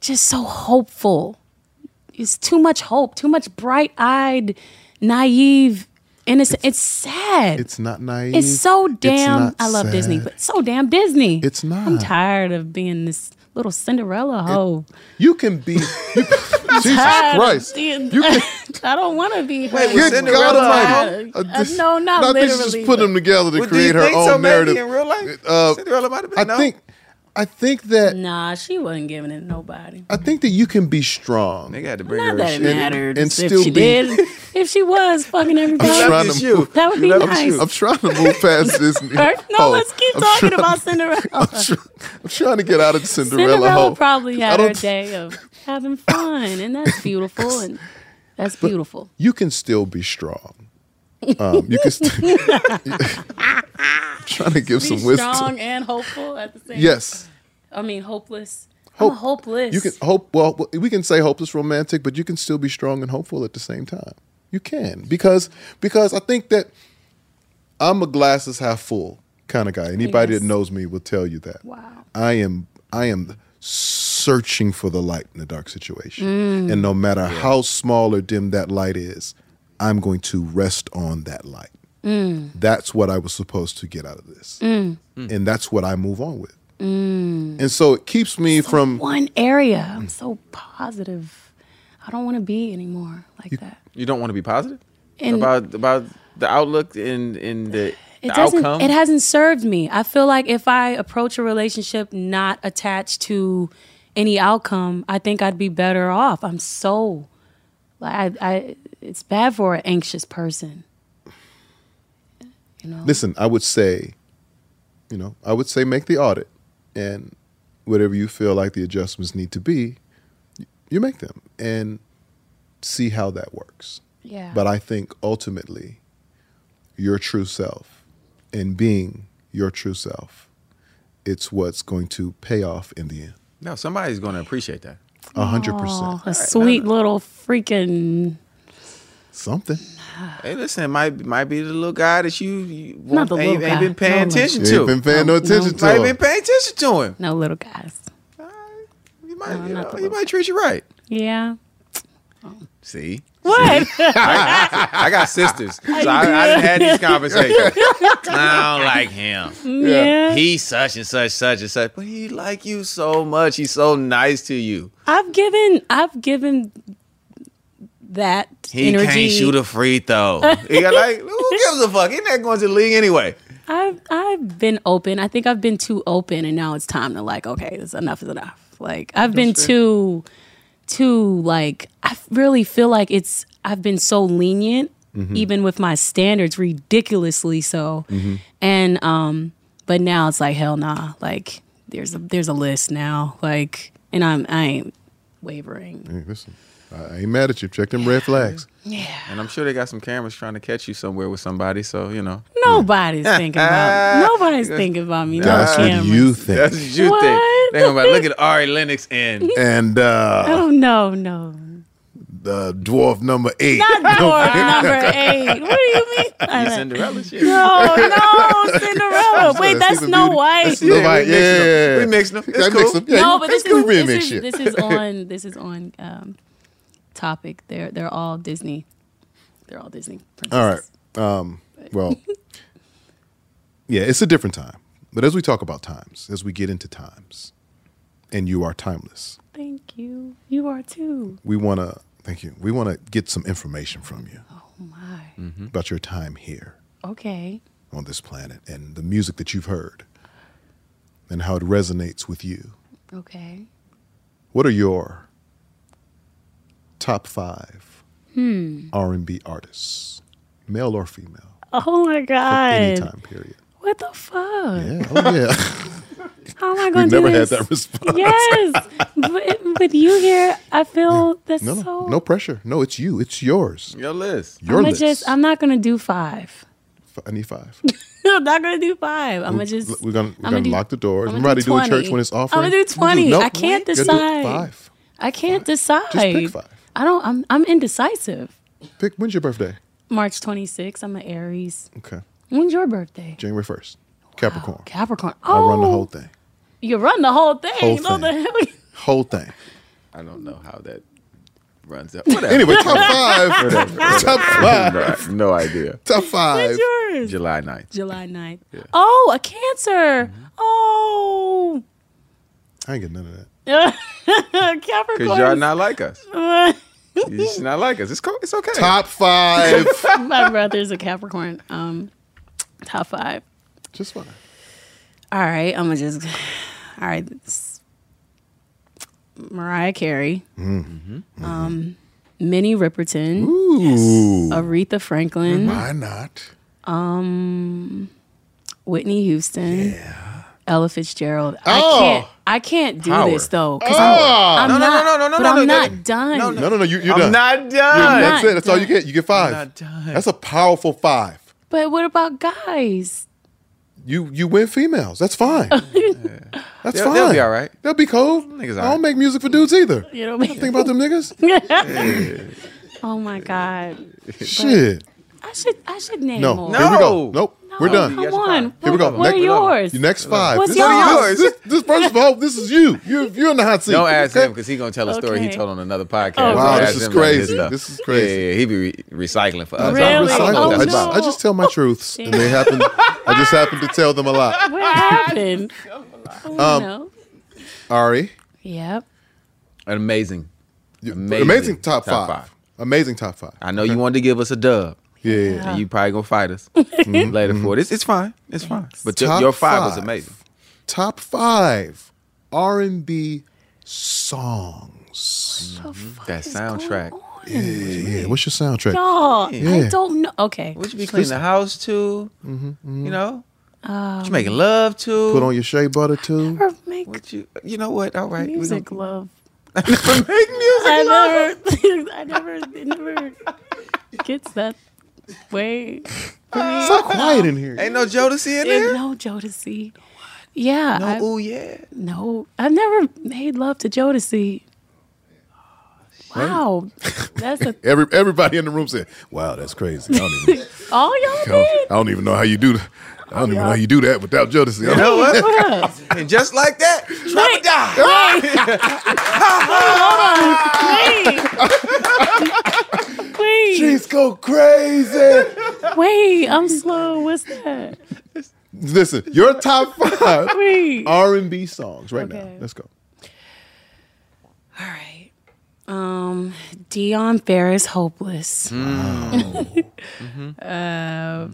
F: just so hopeful. It's too much hope, too much bright-eyed, naive, innocent. It's, sad.
D: It's not naive.
F: It's so damn.
D: not
F: I love Disney,
D: sad.
F: but so damn Disney.
D: It's not.
F: I'm tired of being this little Cinderella hoe.
D: You can be. Jesus
F: Tired of
D: Christ.
F: being-
D: You can.
F: I don't want to be.
E: Wait,
F: her.
D: was Cinderella
F: Tired.
D: a hoe?
F: Uh, no, not
D: I think
F: literally.
D: she's just putting them together to
E: Well, do you
D: create her
E: think so,
D: own
E: Maggie,
D: narrative.
E: in real life?
D: Uh,
E: Cinderella might have been.
D: I
E: no?
D: think. I think that.
F: nah, she wasn't giving it to nobody.
D: I think that you can be strong.
E: They got to bring
F: Not
E: her.
F: that it
E: shit.
F: mattered.
D: and
F: if
D: still
F: she
D: be-
F: did, if she was fucking everybody,
D: trying to move-
F: that would be
D: I'm,
F: nice.
D: I'm trying to move past Disney.
F: Right? No,
D: Oh,
F: let's keep
D: I'm
F: talking
D: trying-
F: about Cinderella. Oh,
D: I'm, tr- I'm trying to get out of Cinderella.
F: Cinderella
D: hole.
F: probably
D: I
F: had
D: don't
F: her day of having fun, and that's beautiful, and that's beautiful.
D: you can still be strong. Um, you can st- I'm trying to give
F: Be
D: some wisdom.
F: strong and hopeful at the same.
D: Yes.
F: I mean hopeless. I'm
D: Hope-
F: hopeless.
D: You can hope. Well, we can say hopeless romantic, but you can still be strong and hopeful at the same time. You can because because I think that I'm a glasses half full kind of guy. Anybody
F: Yes.
D: that knows me will tell you that. Wow. I am I am searching for the light in the dark situation,
M: Mm.
D: and no matter how small or dim that light is, I'm going to rest on that light.
M: Mm.
D: That's what I was supposed to get out of this,
F: Mm.
D: and that's what I move on with.
F: Mm.
D: And so it keeps me from
F: One area. I'm so positive. I don't want to be anymore like that.
E: You don't want to be positive
F: And-
E: about about the outlook and and the,
F: It
E: the
F: doesn't.
E: outcome.
F: It hasn't served me. I feel like if I approach a relationship not attached to any outcome, I think I'd be better off. I'm so like I. I it's bad for an anxious person.
D: Listen, I would say, you know, I would say make the audit and whatever you feel like the adjustments need to be, y- you make them and see how that works.
F: Yeah.
D: But I think ultimately, your true self and being your true self, it's what's going to pay off in the end.
E: No, somebody's going to appreciate that.
F: Oh.
D: A hundred percent.
F: A sweet little freaking.
D: Something.
E: Hey, listen, it might might be the little guy that you, you
F: Not the
E: ain't,
F: little
E: ain't
F: guy.
E: been paying
F: No, no.
E: attention
D: You
E: to.
D: ain't been paying no No, attention no. to
E: Might
D: him.
E: been paying attention to him.
F: No little guys.
E: You might,
F: No,
E: you
F: not
E: know,
F: the
E: he might treat you right.
F: Yeah.
E: See,
F: What?
E: I, I got sisters, so I, I done had these conversations. I don't like him.
F: Yeah.
E: he's such and such, such and such, but he like you so much. He's so nice to you.
F: I've given. I've given that
E: He
F: energy.
E: can't shoot a free throw. He got like, who gives a fuck? He's not going to the league anyway.
F: I've I've been open. I think I've been too open, and now it's time to like, okay, this enough is enough. Like I've been
B: That's fair.
F: too, too like I really feel like it's I've been so lenient,
E: Mm-hmm.
B: Mhm.
F: even with my standards, ridiculously so.
E: Mm-hmm.
F: And um, but now it's like hell nah. Like there's a there's a list now. Like and I'm I ain't wavering.
D: Hey, listen, I ain't mad at you. Check them red flags.
F: Yeah.
E: And I'm sure they got some cameras trying to catch you somewhere with somebody. So you know,
F: Nobody's thinking about nobody's thinking about me.
E: Hmm. That's
F: no
E: what
F: cameras.
D: You think.
E: That's what you think. They gonna be like, look at Ari Lennox and
D: And uh,
F: Oh no no.
D: the dwarf number eight.
F: Not door number eight. What do you mean? by that?
E: Cinderella shit.
F: No, no, Cinderella.
D: Sorry,
F: Wait, that's
D: Sleeping
F: Snow
D: Beauty.
F: White.
D: That's Snow White. Yeah, yeah, yeah, yeah.
E: We mixed them. It's
D: I
E: cool.
D: mixed them. Yeah,
F: no,
D: you-
F: but
D: that's
F: this
D: good
F: is, this,
D: remix
F: is
D: shit.
F: this is on this is on um, topic. They're they're all Disney. They're all Disney.
D: All right. Um, well, yeah, it's a different time. But as we talk about times, as we get into times, and you are timeless,
F: Thank you. You are too.
D: we want to thank you. We want to get some information from you
F: Oh my.
D: about your time here
F: Okay.
D: on this planet and the music that you've heard and how it resonates with you.
F: Okay.
D: What are your top five
F: Hmm.
D: R&B artists, male or female?
M: Oh my
D: any
M: god!
D: time period.
F: What the fuck?
D: Yeah. Oh yeah.
F: How am I
D: We've
F: going to do
D: never had
F: this?
D: that response.
F: Yes, but with you here, I feel that's
D: No,
F: so.
D: no, no pressure. No, it's you. It's yours.
E: Your list.
D: Your
F: I'm
D: list.
F: just. I'm not gonna do five.
D: I need five.
F: I'm not gonna do five. I'm gonna just.
D: We're gonna we're
F: I'ma
D: gonna
F: do-
D: lock the doors.
F: I'ma
D: Remember how
F: do
D: they do in
F: 20.
D: church when it's
F: I'ma
D: offering?
F: do
D: You
F: 20.
D: no,
F: I can't
D: you gotta do
F: decide.
D: Five.
F: I can't decide. I don't. I'm. I'm indecisive.
D: Pick. When's your birthday?
F: March 26th. I'm an Aries.
D: Okay.
F: When's your birthday?
D: January first. Capricorn.
F: Capricorn.
D: I run the
F: Oh.
D: whole thing.
F: You run the whole thing.
D: Whole
F: No, the hell.
D: Whole thing.
E: I don't know how that runs up.
D: Anyway, top five. Top
E: five. No, no idea.
D: Top five.
F: When's yours?
E: July Mm-hmm. 9th.
F: July 9th. Oh, a Cancer. Oh.
D: I ain't getting none of that.
F: Capricorn.
E: Because y'all not like us.
F: My
E: You just not like us. It's cool. It's okay.
D: Top five.
F: brother's a Capricorn. Um, top five.
D: Just fine.
F: All right, I'm gonna just. All right, this- Mariah Carey,
D: Mm-hmm.
F: um, Minnie Riperton,
D: Ooh.
F: Aretha Franklin.
D: Why not?
F: Um, Whitney Houston. Ella Fitzgerald.
D: Oh.
F: I can't. I can't do
D: Power.
F: this though. 'cause
D: Oh.
F: I'm, I'm
D: No, no,
F: not,
D: no, no, no,
F: but
D: no,
F: I'm
D: no,
F: not done.
D: No, no, no. You, you're
E: I'm
D: done.
E: not
D: You're-
E: done.
D: That's
F: Not
D: it. That's all you get. You get 5 That's a powerful five.
F: But what about guys?
D: You you win females. That's fine. That's
E: They'll-
D: fine.
E: they'll be all right.
D: They'll be cold.
E: Oh, Niggas all
D: I
E: right.
D: don't make music for dudes either.
F: You know what I mean?
D: Think about them niggas.
F: Oh my god.
D: Shit.
F: I should. I should name
D: No.
F: more.
D: Here we go. Nope. We're done.
F: Come on.
D: Here we go.
F: What are yours?
D: Your next five.
F: What's
D: this,
F: yours?
D: This, this, this first of all, this is you. You're you're in the hot seat.
E: Don't ask
D: okay?
E: him because he's gonna tell a story he
D: Okay.
E: told on another podcast.
D: Oh,
E: Don't
D: Wow,
E: ask
D: this is
E: him about his
D: crazy.
E: stuff.
D: This is
E: Yeah,
D: crazy.
E: Yeah, he be re- recycling for
D: I
E: us.
D: just- I, just,
F: Oh,
D: I, just, I just tell my truths, and they happen. I just happen to tell them a lot.
F: What happened? I wanna
D: Um,
F: know.
D: Ari,
F: Yep.
E: An amazing, amazing,
D: amazing top five. Amazing top five.
E: I know you wanted to give us a dub.
D: Yeah, Mm-hmm.
E: And you probably gonna fight us later for it. It's, it's fine. It's fine. But your,
D: Top
E: your five, was
D: five.
E: amazing.
D: Top five R and B songs.
E: Mm-hmm. That soundtrack.
D: Yeah, yeah. What's your soundtrack?
F: Y'all, I
D: Yeah.
F: don't know. Okay.
E: Would you be cleaning the house too?
D: Mm-hmm,
E: You know,
F: Um,
E: you making love too.
D: Put on your shea butter too.
F: make
E: what you you know what? All right,
F: music love.
E: I
F: never, I never, it never gets that way.
D: So quiet in here.
E: Ain't no Jodeci in there.
F: No Jodeci. Yeah.
E: No,
F: I've-
E: ooh, yeah.
F: No, I've never made love to Jodeci. Wow, that's a,
D: Every everybody in the room said, "Wow, that's crazy. I don't even,
F: all
D: I
F: y'all
D: don't,
F: did.
D: I don't even know how you do that. I don't even know how you do that without Jodeci."
E: You know what?
F: What?
E: and just like that, Trump
F: Wait, wait,
D: She's go crazy.
F: wait, I'm slow. What's that?
D: Listen, your top five
F: Wait.
D: R and B songs right now. Let's go.
F: Um, Dion Ferris, hopeless.
E: Hmm.
F: Uh,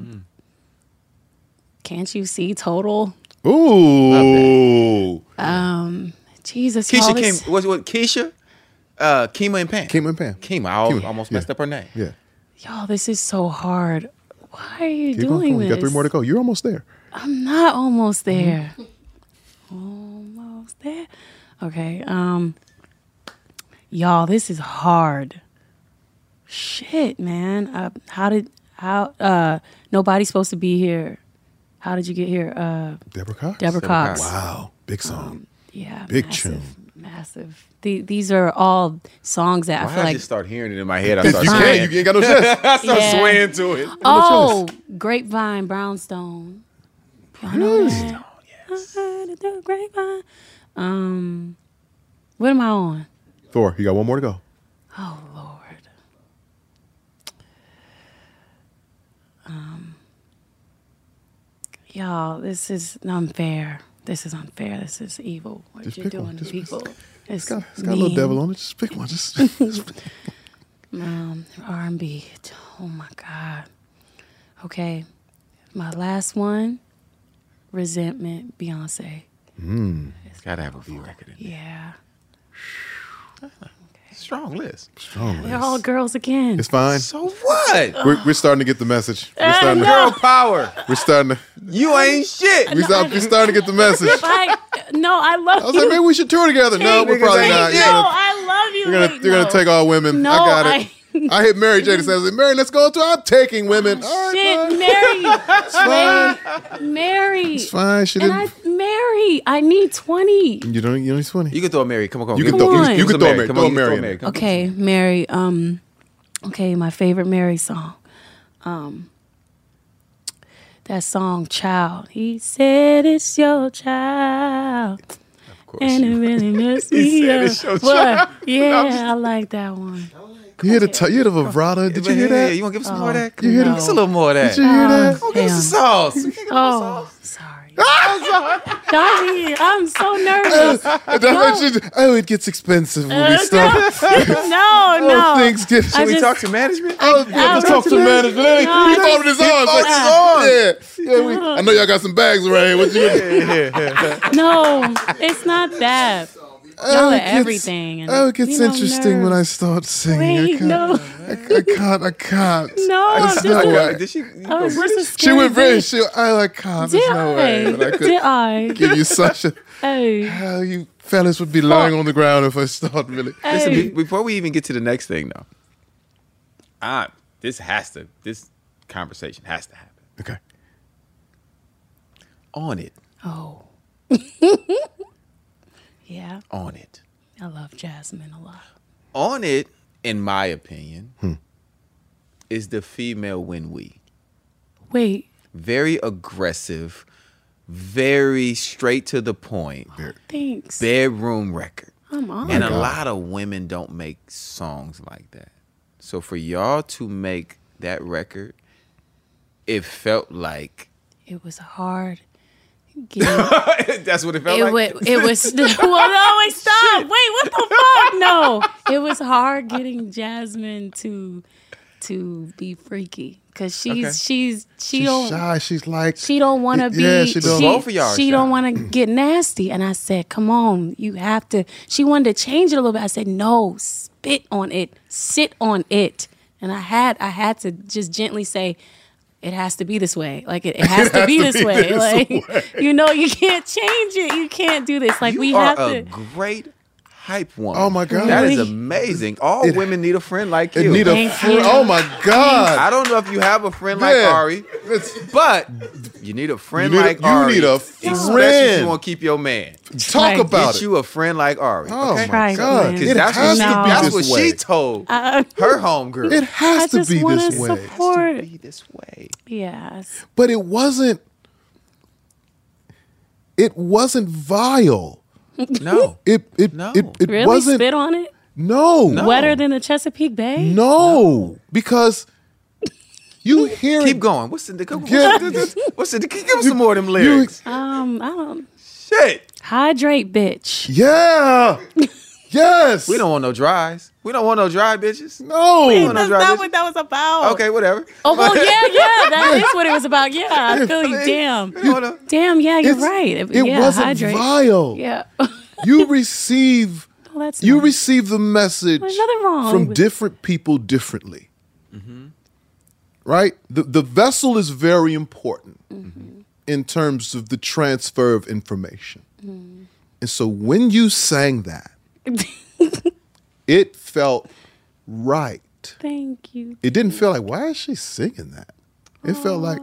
F: Can't you see total?
D: Ooh.
F: Um, Jesus, y'all,
E: Keisha
F: this-
E: came. What's what? Keisha, uh, Kima and Pam. Kima
D: and Pam.
E: Kima. I al- almost messed up her name.
D: Yeah.
F: y'all, this is so hard. Why are you
D: Keep on
F: doing
D: going. You
F: this?
D: got three more to go. You're almost there.
F: I'm not almost
E: Mm-hmm.
F: there. almost there. Okay. Um y'all, this is hard. Shit, man. Uh, how did how uh nobody's supposed to be here. How did you get here? Uh
D: Deborah Cox.
F: Deborah Cox. Um,
D: Wow. Big song.
F: Yeah.
D: Big
F: massive,
D: tune.
F: Massive. The, these are all songs that
E: Why
F: I
E: I,
F: feel like
E: just start hearing it in my head? I
D: You
E: start
D: can't.
E: swaying.
D: You ain't got no chest.
E: I start
F: Yeah.
E: swaying to it.
F: Oh, Grapevine Brownstone. Y'all know
E: Brownstone,
F: that? I heard the Grapevine. Um, what am I on?
D: Thor, you got one more to go.
F: Oh Lord. Um, y'all, this is unfair. This is unfair. This is evil. What
D: Just
F: you're
D: pick
F: doing
D: one.
F: to
D: Just-
F: people.
D: It's got, it's got a little
F: mean.
D: devil on it. Just pick one. Just
F: Um, R and B. Oh my God. Okay, my last one. Resentment, Beyonce.
E: Gotta have a B record in
F: Yeah.
E: Strong list.
D: Strong
F: They're all girls again.
D: It's fine.
E: Oh, So what?
D: We're, we're starting to get the message. We're
F: Ah,
D: starting
F: no. Girl
E: power.
D: We're starting to.
E: You ain't shit.
D: We start, we're starting to get the message.
F: Like, no, I love
D: I was like, maybe we should tour together. No, we're probably not.
F: No,
D: You're gonna,
F: I love you.
D: you're gonna,
F: Wait,
D: you're
F: no.
D: gonna take all women.
F: No,
D: I got it. I, hit Mary Jane and said, I was like, Mary, let's go to. I'm taking women.
F: Oh,
D: all right,
F: Shit,
D: fine.
F: Mary. Mary.
D: It's fine. She
F: and
D: didn't.
F: I, Mary, I need 20.
D: you don't. You don't need twenty.
E: You can throw a Mary. Come on, come on.
D: You can
E: Give
D: throw- you-
E: me- give
D: you
E: me
D: can
E: some
D: throw a Mary.
E: Come
D: Throw
E: on,
D: a
E: you
D: Mary
E: can throw
D: in there.
E: a Mary. Come on.
F: Okay, Mary. Um, okay, my favorite Mary song. Um, that song, "Child." He said it's your child, and it really messed me
D: He said
F: up.
D: it's your
F: What?
D: child.
F: Yeah, I like that one.
D: You hear the t- you hear the vibrato? Did you hear that?
E: you want to give us
F: Oh,
E: more of that?
D: You hear
E: Give us a little more of that.
D: Did you hear that?
E: Come on, give us the sauce.
F: Oh, sorry. Doggy, I'm so nervous.
D: And that's what she- oh, it gets expensive when we
F: Uh,
D: stop.
F: No,
D: Oh,
F: no.
D: things get.
F: I just-
E: to management?
D: Oh, yeah, let's talk to management. He
F: No, I
D: folded his
F: just-
D: arms.
F: He
D: like,
F: folded
D: Yeah, yeah. We, I know y'all got some bags around here. What you?
F: No, it's not that. Y'all
D: Oh,
F: are
D: it gets-
F: everything. and,
D: Oh, it gets
F: you know,
D: interesting when I start singing. I
F: Wait,
D: can't.
F: no.
D: I, I can't. I can't.
F: No,
D: It's
F: just
D: no
F: a-
D: way.
E: Did she?
F: Oh, where's the
D: She
F: scary
D: went very.
F: bit?
D: She. I, I can't.
F: Did
D: There's no way.
F: I?
D: But I could
F: Did I?
D: give you such a.
F: Oh,
D: How you fellas would be lying on the ground if I start really.
E: Listen,
F: Hey.
E: be- before we even get to the next thing, though, I Ah, this has to this conversation has to happen.
D: Okay.
E: On it,
F: oh. yeah,
E: on it,
F: I love Jasmine a lot.
E: on it. In my opinion, is the female win we
F: Wait,
E: very aggressive, very straight to the point,
F: thanks.
E: bedroom record.
F: I'm on.
E: and a lot of women don't make songs like that. So for y'all to make that record, it felt like
F: It was hard.
E: that's what it felt
F: It,
E: like.
F: wa- it was well no wait stop wait what the fuck no it was hard getting Jasmine to to be freaky because she's
D: Okay.
F: she's she
D: she's
F: don't
D: shy. She's like.
F: she don't want to be
D: Yeah,
F: she,
D: she don't.
E: Both of y'all are
F: she
E: shy.
F: don't want to get nasty and I said come on you have to she wanted to change it a little bit I said no spit on it sit on it and I had I had to just gently say it has to be this way like it, it has, to, be this way
E: this
F: like
E: way.
F: you know you can't change it you can't do this like we
E: you are
F: have
E: a
F: to
E: great hype woman.
D: Oh my God.
E: that is
F: Really?
E: amazing. All women need a friend like
D: It
E: you.
D: need a
F: Thank
D: friend.
F: you.
D: Oh my
E: I
D: God.
E: don't know if you have a friend like
D: Yeah.
E: Ari, but you need a friend
D: You need a-
E: like
D: you
E: Ari.
D: need a
E: especially if
D: friend.
E: you want to keep your man.
D: Talk
F: Right.
D: about
E: Get
D: it.
E: you a friend like Ari.
D: Oh
E: okay?
D: my
F: Right,
D: God.
F: man.
D: It
E: that's
D: has
E: what,
D: to
F: No.
D: be
E: that's
D: this
E: what
D: way.
E: she told
F: I-
E: her homegirl.
D: It has
F: I
D: to
F: just
D: be
F: wanna
D: this way.
F: support
E: be this way.
F: yes
D: But it wasn't. It wasn't vile.
E: No.
D: It it
E: No.
D: it, it
F: really
D: wasn't.
F: spit on it
D: no.
E: No.
F: wetter than the Chesapeake Bay
D: No, because you hear
E: Keep
D: it.
E: going. What's in the what's,
D: Yeah.
E: the- what's in the give us some more of them
D: you-
E: lyrics.
F: um I don't
E: Shit.
F: hydrate bitch
D: Yeah. yes.
E: We don't want no dries. We don't want no dry bitches.
D: No.
E: We don't want no dry bitches.
F: that was about
E: Okay, whatever.
F: Oh well, yeah, yeah, that is what it was about. Yeah, I feel you. Damn,
E: We don't want no-
F: damn, yeah, you're
D: It's-
F: right.
D: It
F: yeah,
D: wasn't
F: hydrate.
D: vile.
F: Yeah, well,
D: You receive
F: Oh, that's
D: you
F: nice.
D: receive the message
F: There's nothing wrong
D: from
F: with-
D: different people differently. Mm-hmm. Right? The the vessel is very important
F: Mm-hmm.
D: in terms of the transfer of information.
F: Mm.
D: And so when you sang that, it felt right.
F: Thank you.
D: It didn't feel like why is she singing that? It felt like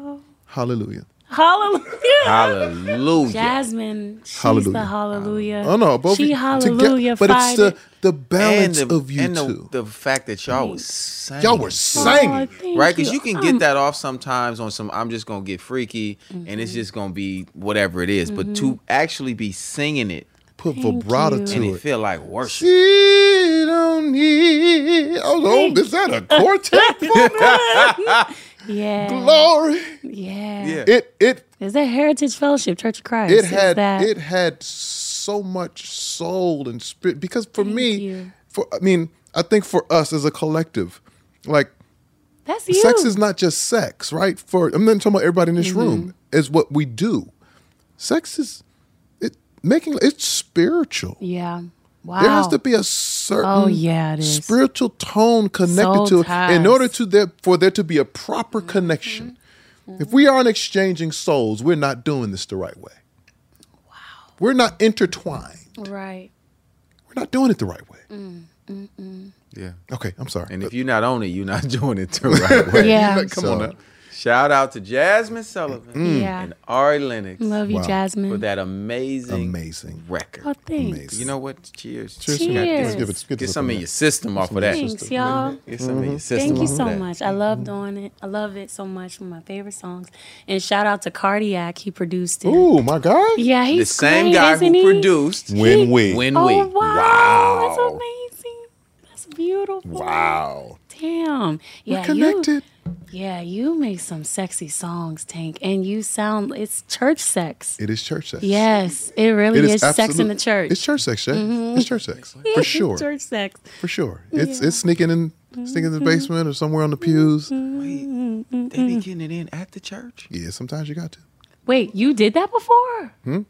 D: hallelujah.
F: Hallelujah.
E: Hallelujah.
F: Jasmine, she's
D: Hallelujah.
F: the hallelujah.
D: Oh no, both
F: she
D: of you together-
F: hallelujah.
D: but it's
F: fied
D: the
F: it.
D: the balance
E: and the,
D: of you
E: and the-
D: two.
E: The, fact that y'all was singing.
D: Y'all were
F: Aw,
D: singing.
F: Oh, thank
E: Right, because you can get
F: Um,
E: that off sometimes on some. I'm just gonna get freaky, and it's
F: Mm-hmm.
E: just gonna be whatever it is. But to actually be singing it
D: Put
F: Thank
D: vibrato
F: you.
D: to
E: and
D: it.
E: it feel like worship.
D: She don't need. Oh, oh, is that a quartet? For
F: Yeah,
D: glory.
F: yeah.
E: Yeah.
D: It it
F: Is that Heritage Fellowship Church of Christ?
D: it
F: Is
D: had
F: that
D: it had so much soul and spirit because for me,
F: you.
D: for I mean, I think for us as a collective, like
F: that's you. Mm-hmm.
D: sex is not just sex, right? For I'm not talking about everybody in this room is what we do. Sex is it making it's spiritual.
F: yeah,
D: There has
F: Wow.
D: to be a certain
F: Oh, yeah, it is.
D: spiritual tone connected
F: Soul
D: to it in
F: ties.
D: order to there for there to be a proper connection.
F: Mm-hmm.
D: If we aren't exchanging souls, we're not doing this the right way. Wow. We're not intertwined.
F: Right.
D: We're not doing it the right way.
F: Mm, mm, mm.
E: Yeah.
D: Okay, I'm sorry.
E: And if you're not on it, you're not doing it the right way.
F: Yeah.
D: Come on now.
E: Shout out to Jasmine Sullivan
F: Mm. Yeah.
E: and Ari Lennox.
F: Love you, Wow. Jasmine.
E: For that amazing, amazing record.
F: Oh, thanks. Amazing.
E: You know what? Cheers.
F: Cheers. Cheers.
E: Let's give it- Get, some in your system off of that.
F: Thanks, y'all.
E: Get some
D: Mm-hmm.
E: in your system
F: Thank you
E: off of
F: so
E: that.
F: much. I love doing it. I love it so much. One of my favorite songs. And shout out to Cardiac. He produced it.
D: Ooh, my God.
F: Yeah, he's
E: the same
F: great,
E: guy
F: isn't
E: who
F: he?
E: produced
D: When We.
E: When
F: Oh,
E: We.
F: wow. That's amazing. That's beautiful.
D: Wow.
F: Damn.
D: We're
F: Yeah,
D: connected.
F: You, yeah, you make some sexy songs, Tank. And you sound, it's church sex.
D: It is church sex.
F: Yes, it really
D: It
F: is, sex in
D: absolute-
F: the church.
D: It's church sex, Shay.
F: Mhm.
D: It's church sex. For sure.
F: church sex.
D: For sure. It's
F: Yeah.
D: it's sneaking in sneaking in the
F: Mhm.
D: basement or somewhere on the pews.
F: Mm-hmm. Wait,
E: they be getting it in at the church?
D: Yeah, sometimes you got to.
F: Wait, you did that before?
D: Hmm?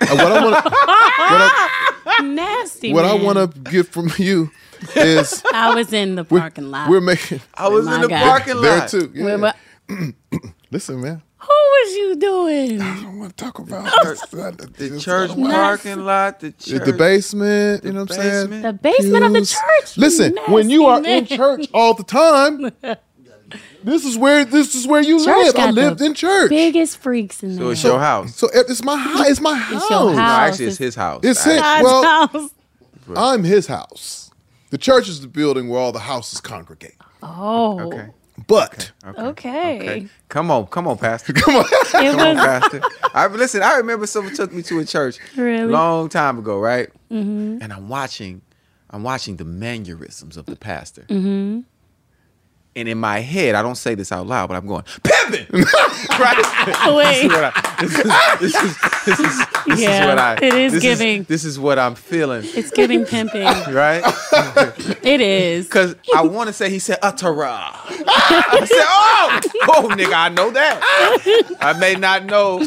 D: Uh, what I want
F: Nasty.
D: to what I
F: man.
D: want to get from you is
F: I was in the
D: we're-
F: parking lot.
D: We're making.
E: I
F: was in My the God. parking
D: there
F: lot.
D: too. yeah.
F: Where wa-
D: Listen, man.
F: Who was you doing? I
D: don't want to talk about
E: The church
D: Wow.
E: parking lot, the
D: The-
E: church.
D: The basement, you know what I'm saying?
F: The basement of the
D: Pews.
F: church.
D: Listen, when you are in
F: nasty man.
D: church all the time, this is where this is where you
F: Church
D: live. I
F: got the
D: lived in church.
F: Biggest freaks in there.
E: So it's your house.
D: So it- it's my house. It's my house.
F: your
E: No, actually, it's his house.
D: It's
E: I-
D: his. Well,
F: house.
D: I'm his house. The church is the building where all the houses congregate.
F: Oh.
E: Okay.
D: But
E: Okay.
F: Okay.
E: Come on, come on, Pastor. come
D: on,
E: come on,
F: was-
E: Pastor. I listen. I remember someone took me to a church
F: Really?
E: long time ago, right?
F: Mm-hmm.
E: And I'm watching, I'm watching the mannerisms of the pastor.
F: Mm-hmm.
E: And in my head, I don't say this out loud, but I'm going pimping. right? This
F: Wait.
E: is what I. This is, this is, this is, this
F: Yeah,
E: is what I.
F: it is
E: this
F: giving.
E: this is what I'm feeling.
F: It's giving pimping.
E: right?
F: It is.
E: Because I want to say he said Atara. I said, oh, oh, nigga, I know that. I may not know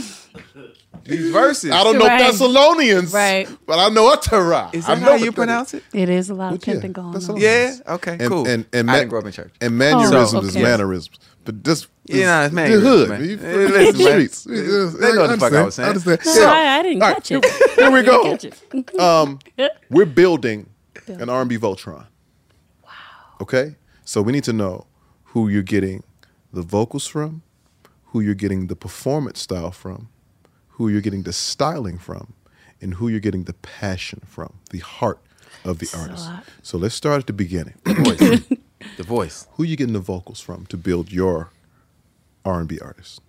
E: these verses.
D: I don't know
F: Right.
D: Thessalonians,
F: Right.
D: but I know Atara.
E: Is
D: I
E: that
D: know
E: how
D: what
E: you
D: that
E: pronounce it?
F: It is a lot of pimping going on.
E: Yeah. Okay.
D: And,
E: cool.
D: And, and
E: I
D: ma-
E: didn't grow up in church.
D: And mannerisms
E: So-
F: Oh,
D: is
E: Okay.
D: mannerisms. But this, this
E: Yeah, nah, it's
D: the
E: mannerisms,
D: hood.
E: man.
D: You-
E: Hey, listen,
D: the
E: man.
D: streets.
E: They know what the fuck I was saying.
D: Understand.
E: No,
D: So,
F: I, I didn't
D: all right,
F: catch
D: here-
F: it.
D: Here we
F: I didn't
D: go.
F: catch it.
D: Um, we're building an R&B Voltron. Wow. Okay? So we need to know who you're getting the vocals from, who you're getting the performance style from, who you're getting the styling from, and who you're getting the passion from, the heart of the artist. So let's start at the beginning.
E: The voice. the voice.
D: Who you getting the vocals from to build your R&B artist?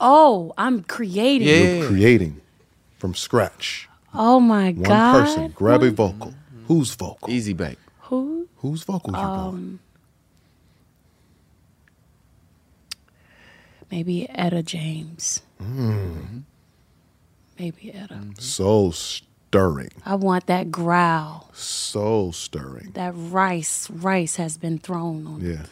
F: Oh, I'm creating.
D: You're creating from scratch.
F: Oh my
D: One
F: God.
D: person, grab a vocal. Whose vocal?
E: Easy bake.
F: Who?
D: Whose vocals you going?
F: Um, maybe Etta James.
D: Mm.
F: Maybe Etta.
D: Soul stirring.
F: I want that growl.
D: Soul stirring.
F: That rice. Rice has been thrown on.
D: Yeah.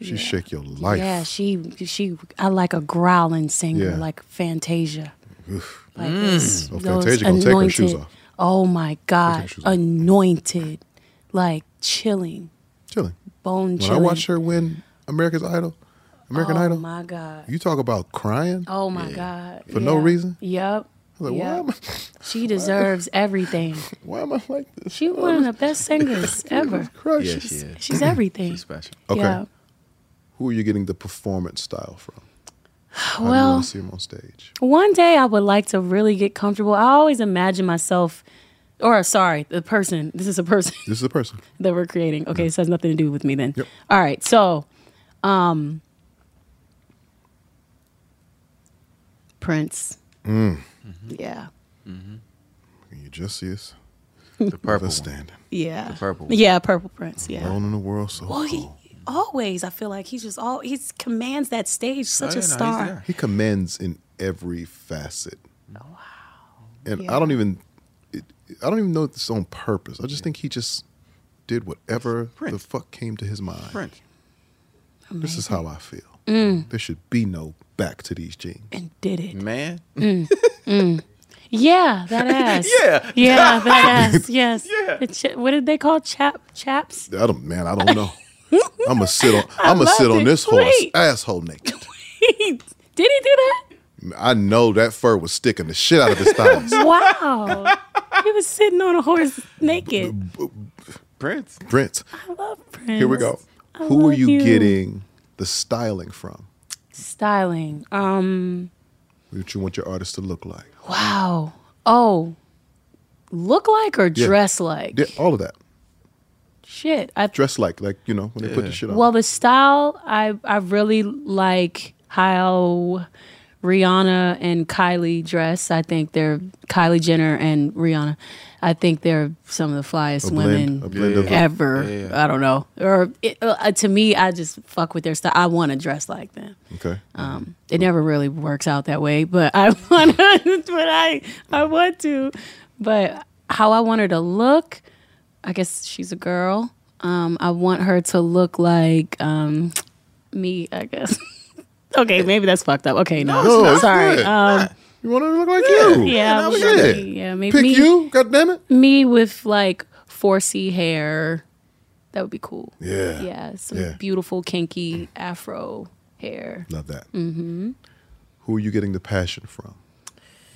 D: She
F: Yeah.
D: shake your life.
F: Yeah, she she. I like a growling singer,
D: Yeah.
F: like Fantasia.
D: Oof.
F: Like
D: Mm.
F: it's
D: Oh,
F: those
D: Fantasia gonna take her shoes
F: anointed-
D: off.
F: Oh my God, anointed, like chilling,
D: Chilling.
F: bone
D: When I
F: chilling.
D: watched her win America's Idol, American
F: oh
D: Idol,
F: my God.
D: you talk about crying.
F: Oh my God.
D: For no reason?
F: Yep.
D: was like, why
F: Yep.
D: am I-
F: she deserves everything.
D: Why am I like this?
F: She's one of the best singers ever.
D: Crushes.
F: she's, she's everything.
E: She's special.
D: Okay.
F: Yeah.
D: Who are you getting the performance style from? How do you
F: Well,
D: want to see him on stage?
F: One day I would like to really get comfortable. I always imagine myself, or sorry, the person. This is a person
D: This is a person.
F: that we're creating. Okay, this has nothing to do with me then. All right, so, um, Prince.
D: Mm.
F: Yeah.
D: You Mm-hmm. just see us.
E: The purple
D: standing.
F: Yeah.
E: The purple. one.
F: Yeah, Purple Prince. Yeah.
D: Alone in the world. So
F: Well, he always. I feel like he's just all. He commands that stage. Such
D: Oh,
E: Oh, yeah, no,
F: a
E: he's
F: star.
E: there.
D: He commends in every facet. And I don't even, it, I don't even know if it's on purpose. I just think he just did whatever the fuck came to his mind.
E: Prince.
D: This is how I feel.
F: Mm.
D: There should be no back to these jeans.
F: And did it.
E: Man.
F: Mm. Mm. Yeah, that ass.
D: Yeah.
F: Yeah, that ass. Yes. Yeah. what did they call chap chaps?
D: I don't, man, I don't know. I'm gonna sit on. I'm gonna
F: loved
D: sit on
F: it.
D: this horse,
F: Wait.
D: asshole naked.
F: did he do that?
D: I know that fur was sticking the shit out of his thighs.
F: Wow. he was sitting on a horse naked.
E: Prince.
D: Prince.
F: I love Prince.
D: Here we go.
F: I
D: Who are
F: love
D: you, getting the styling from?
F: Styling. Um
D: What you want your artist to look like?
F: wow. Oh. Look like or
D: Yeah.
F: dress like?
D: Yeah, all of that.
F: Shit. I
D: Dress like, like you know, when they put the shit on.
F: Well, the style I I really like how Rihanna and Kylie dress. I think they're Kylie Jenner and Rihanna. I think they're some of the flyest
M: A blend-
F: women
M: a blend of the-
F: ever.
M: Yeah, yeah.
F: I don't know. Or it, uh, to me, I just fuck with their style. I want to dress like them.
D: Okay.
F: Um, it never really works out that way, but I want to. but I I want to. But how I want her to look, I guess she's a girl. Um, I want her to look like um, me. I guess. okay, maybe that's fucked up. Okay, no,
D: No, it's
F: sorry.
D: Oh, good.
F: Um,
D: you want her to look like
F: yeah,
D: you.
F: Yeah,
D: That was
F: yeah,
D: it.
F: yeah. Maybe
D: Pick
F: me,
D: you. God damn it.
F: Me with like four C hair. That would be cool.
D: Yeah.
F: Yeah. Some
D: Yeah.
F: beautiful kinky afro hair.
D: Love that.
F: Mm-hmm.
D: Who are you getting the passion from?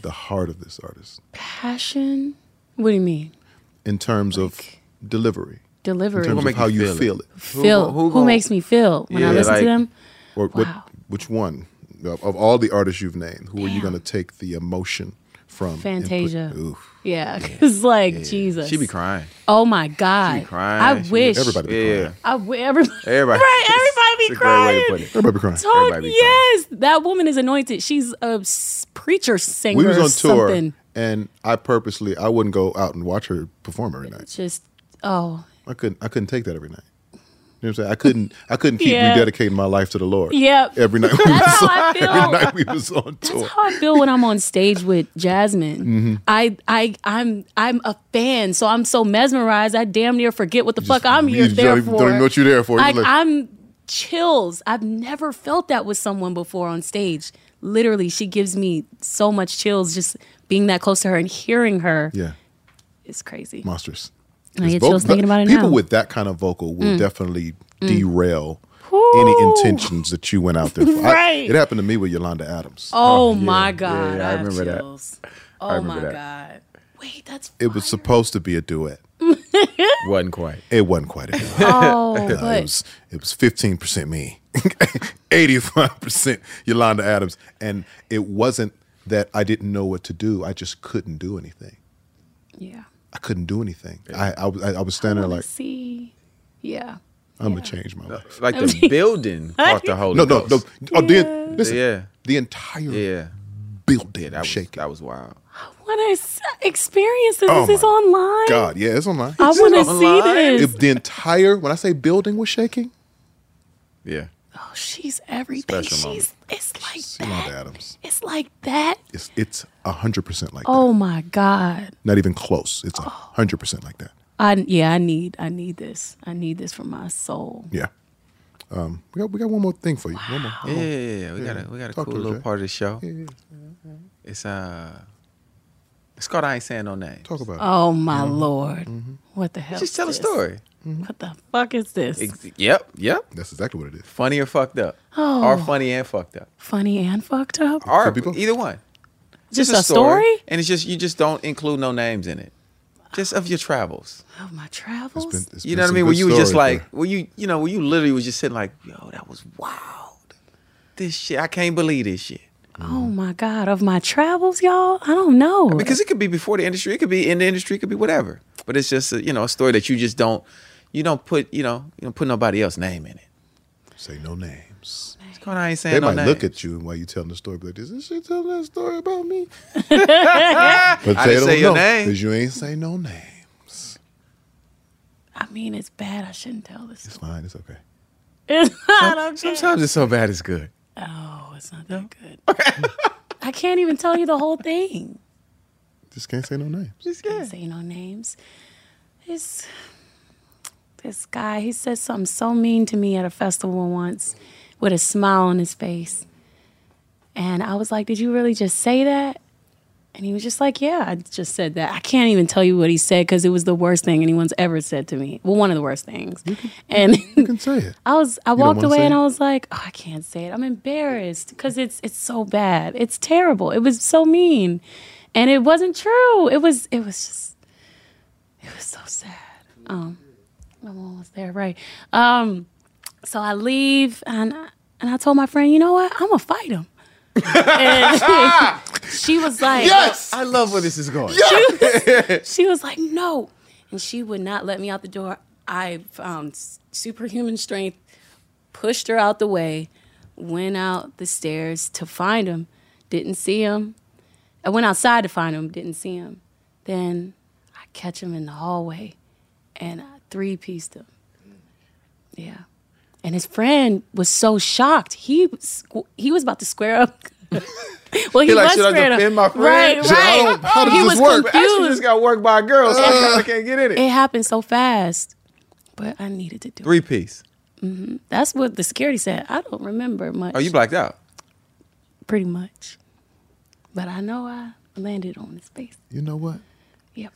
D: The heart of this artist,
F: Passion. What do you mean?
D: in terms of delivery,
F: Delivery.
D: in terms of how you feel, it.
F: Feel. Who, makes me feel when I
D: Yeah,
F: listen
D: like-
F: to them?
D: Or what, which one of, of all the artists you've named? Who are you going to take the emotion from? and put-
F: Fantasia.
D: Oof.
F: Yeah, because like Jesus.
E: She be crying.
F: Oh my God.
E: Crying.
F: I wish.
E: Everybody be yeah. crying.
F: I w- everybody.
E: Everybody.
F: Right, everybody be
E: It's a great way
F: crying.
E: to put it.
D: Everybody be crying.
F: Talk,
E: Everybody be
F: yes, that woman is anointed. She's a s- preacher singer.
D: we was on
F: or
D: tour,
F: something.
D: and I purposely I wouldn't go out and watch her perform every night.
F: Just oh
D: I couldn't. I couldn't take that every night. You know what I'm saying? I couldn't. I couldn't keep
F: Yeah.
D: rededicating my life to the Lord.
F: Yep.
D: Every night.
F: That's
D: we was
F: how
D: on,
F: I feel.
D: Every night we was on tour. Mm-hmm.
F: how I feel when I'm on stage with Jasmine. I I I'm I'm a fan, so I'm so mesmerized. I damn near forget what the fuck I'm
D: you
F: here
D: just
F: there
D: don't even-
F: for.
D: don't even know what you're there for. You're
F: Like,
D: like-
F: I'm chills. I've never felt that with someone before on stage. Literally, she gives me so much chills just being that close to her and hearing her.
D: Yeah.
F: It's crazy.
D: Monstrous.
F: I get
D: It's voc-
F: chills thinking about it
D: People
F: now.
D: with that kind of vocal will
F: Mm.
D: definitely
F: Mm.
D: derail any intentions that you went out there for. I-
F: Right.
D: it happened to me with Yolanda Adams.
F: Oh, my god! I, have
D: remember that.
F: chills.
D: I
F: Oh
D: remember
F: my
D: that.
F: god! Wait, that's
D: It was supposed to be a duet.
E: wasn't quite.
D: It wasn't quite a duet.
F: Oh,
D: No,
F: but-
D: it was it was fifteen percent me, eighty five percent Yolanda Adams, and it wasn't that I didn't know what to do. I just couldn't do anything.
F: yeah.
D: I couldn't do anything. I, I was- I I was standing there like
F: See, yeah.
D: I'm gonna change my life.
E: Like the building caught the Holy
D: No, no, no.
E: Ghost.
D: Oh, the, listen,
E: yeah.
D: the entire
E: yeah.
D: building
E: that was, shaking. That was wild.
F: want to s- experience this.
D: Oh
F: this is
D: my
F: online.
D: God, yeah, it's online.
F: I wanna see Online? this.
D: If the entire when I say building was shaking,
E: yeah,
F: Oh, she's everything.
D: Special moment.
F: she's it's like
D: Yolanda
F: that.
D: Adams.
F: It's like that.
D: It's it's hundred percent like
F: oh my God. Oh.
D: that. Not even close. It's hundred percent like that.
F: I yeah. I need I need this. I need this for my soul.
D: Yeah. Um, we got we got one more thing for you. One more.
E: Yeah,
D: one more.
E: yeah, yeah, yeah. We got a we got a
D: Talk
E: cool
D: to us,
E: little
D: Jay.
E: part of the show.
D: yeah.
E: It's uh, it's called I ain't saying no name. Talk
D: about
F: Oh my
D: Mm-hmm.
F: Lord. What the hell?
E: Just
F: is
E: tell a
F: this?
E: story.
F: What the fuck is this?
E: Ex- yep, yep.
D: That's exactly what it is.
E: Funny or fucked up,
F: Oh.
E: or funny and fucked up,
F: Funny and fucked up.
E: or either one.
F: Just a story?
E: and it's just you just don't include no names in it. Just of your travels.
F: Oh my travels.
E: you know what I mean? Where you was just like, where you, you know, where you literally was just sitting like, yo, that was wild. This shit, I can't believe this shit.
F: oh my God. Of my travels, y'all. I don't know.
E: Because it could be before the industry, it could be in the industry, it could be whatever. But it's just a, you know a story that you just don't, you don't put, you know, you don't put nobody else's name in it.
D: Say no names.
E: It's going on, I ain't saying
D: They
E: no
D: might
E: names.
D: look at you while you telling the story, but is this shit telling that story about me? But
E: I
D: they
E: didn't
D: don't
E: say your
D: know,
E: name.
D: 'cause you ain't say no name.
F: I mean, it's bad. I shouldn't tell this.
D: It's fine. It's okay.
F: It's not okay.
E: Sometimes it's so bad it's good.
F: Oh, it's not that good. I can't even tell you the whole thing.
D: Just can't say no name.
E: Just
F: can't say no names. This this guy, he said something so mean to me at a festival once, with a smile on his face, and I was like, "Did you really just say that?" And he was just like, Yeah, I just said that. I can't even tell you what he said because it was the worst thing anyone's ever said to me. Well, one of the worst things. and
D: you can say it.
F: I was, I
D: You don't
F: walked
D: wanna
F: away
D: say
F: and
D: it?
F: I was like, Oh, I can't say it. I'm embarrassed because it's, it's so bad. It's terrible. It was so mean, and it wasn't true. It was, it was just, it was so sad. Um, my mom was there, right? Um, so I leave and I- and I told my friend, you know what? I'm gonna fight him. And she was like,
E: I love where this is going.
F: she was like, no. And she would not let me out the door. I found s- superhuman strength, pushed her out the way, went out the stairs to find him, didn't see him. I went outside to find him, didn't see him. Then I catch him in the hallway and I three pieced him. Yeah. And his friend was so shocked. He was, he was about to square up. well, he,
E: He like,
F: was
E: "Should I
F: squared up.
E: defend my friend?
F: Right,
E: Should I-
F: right.
E: how does
F: he was
E: this work? Actually,
F: confused.
E: just got worked by a girl,
F: Uh,
E: so I kinda can't get in it.
F: It happened so fast, but I needed to do.
E: Three piece.
F: it. hmm That's what the security said. I don't remember much.
E: Oh, you blacked out.
F: Pretty much, but I know I landed on his face.
D: You know what?
F: Yep.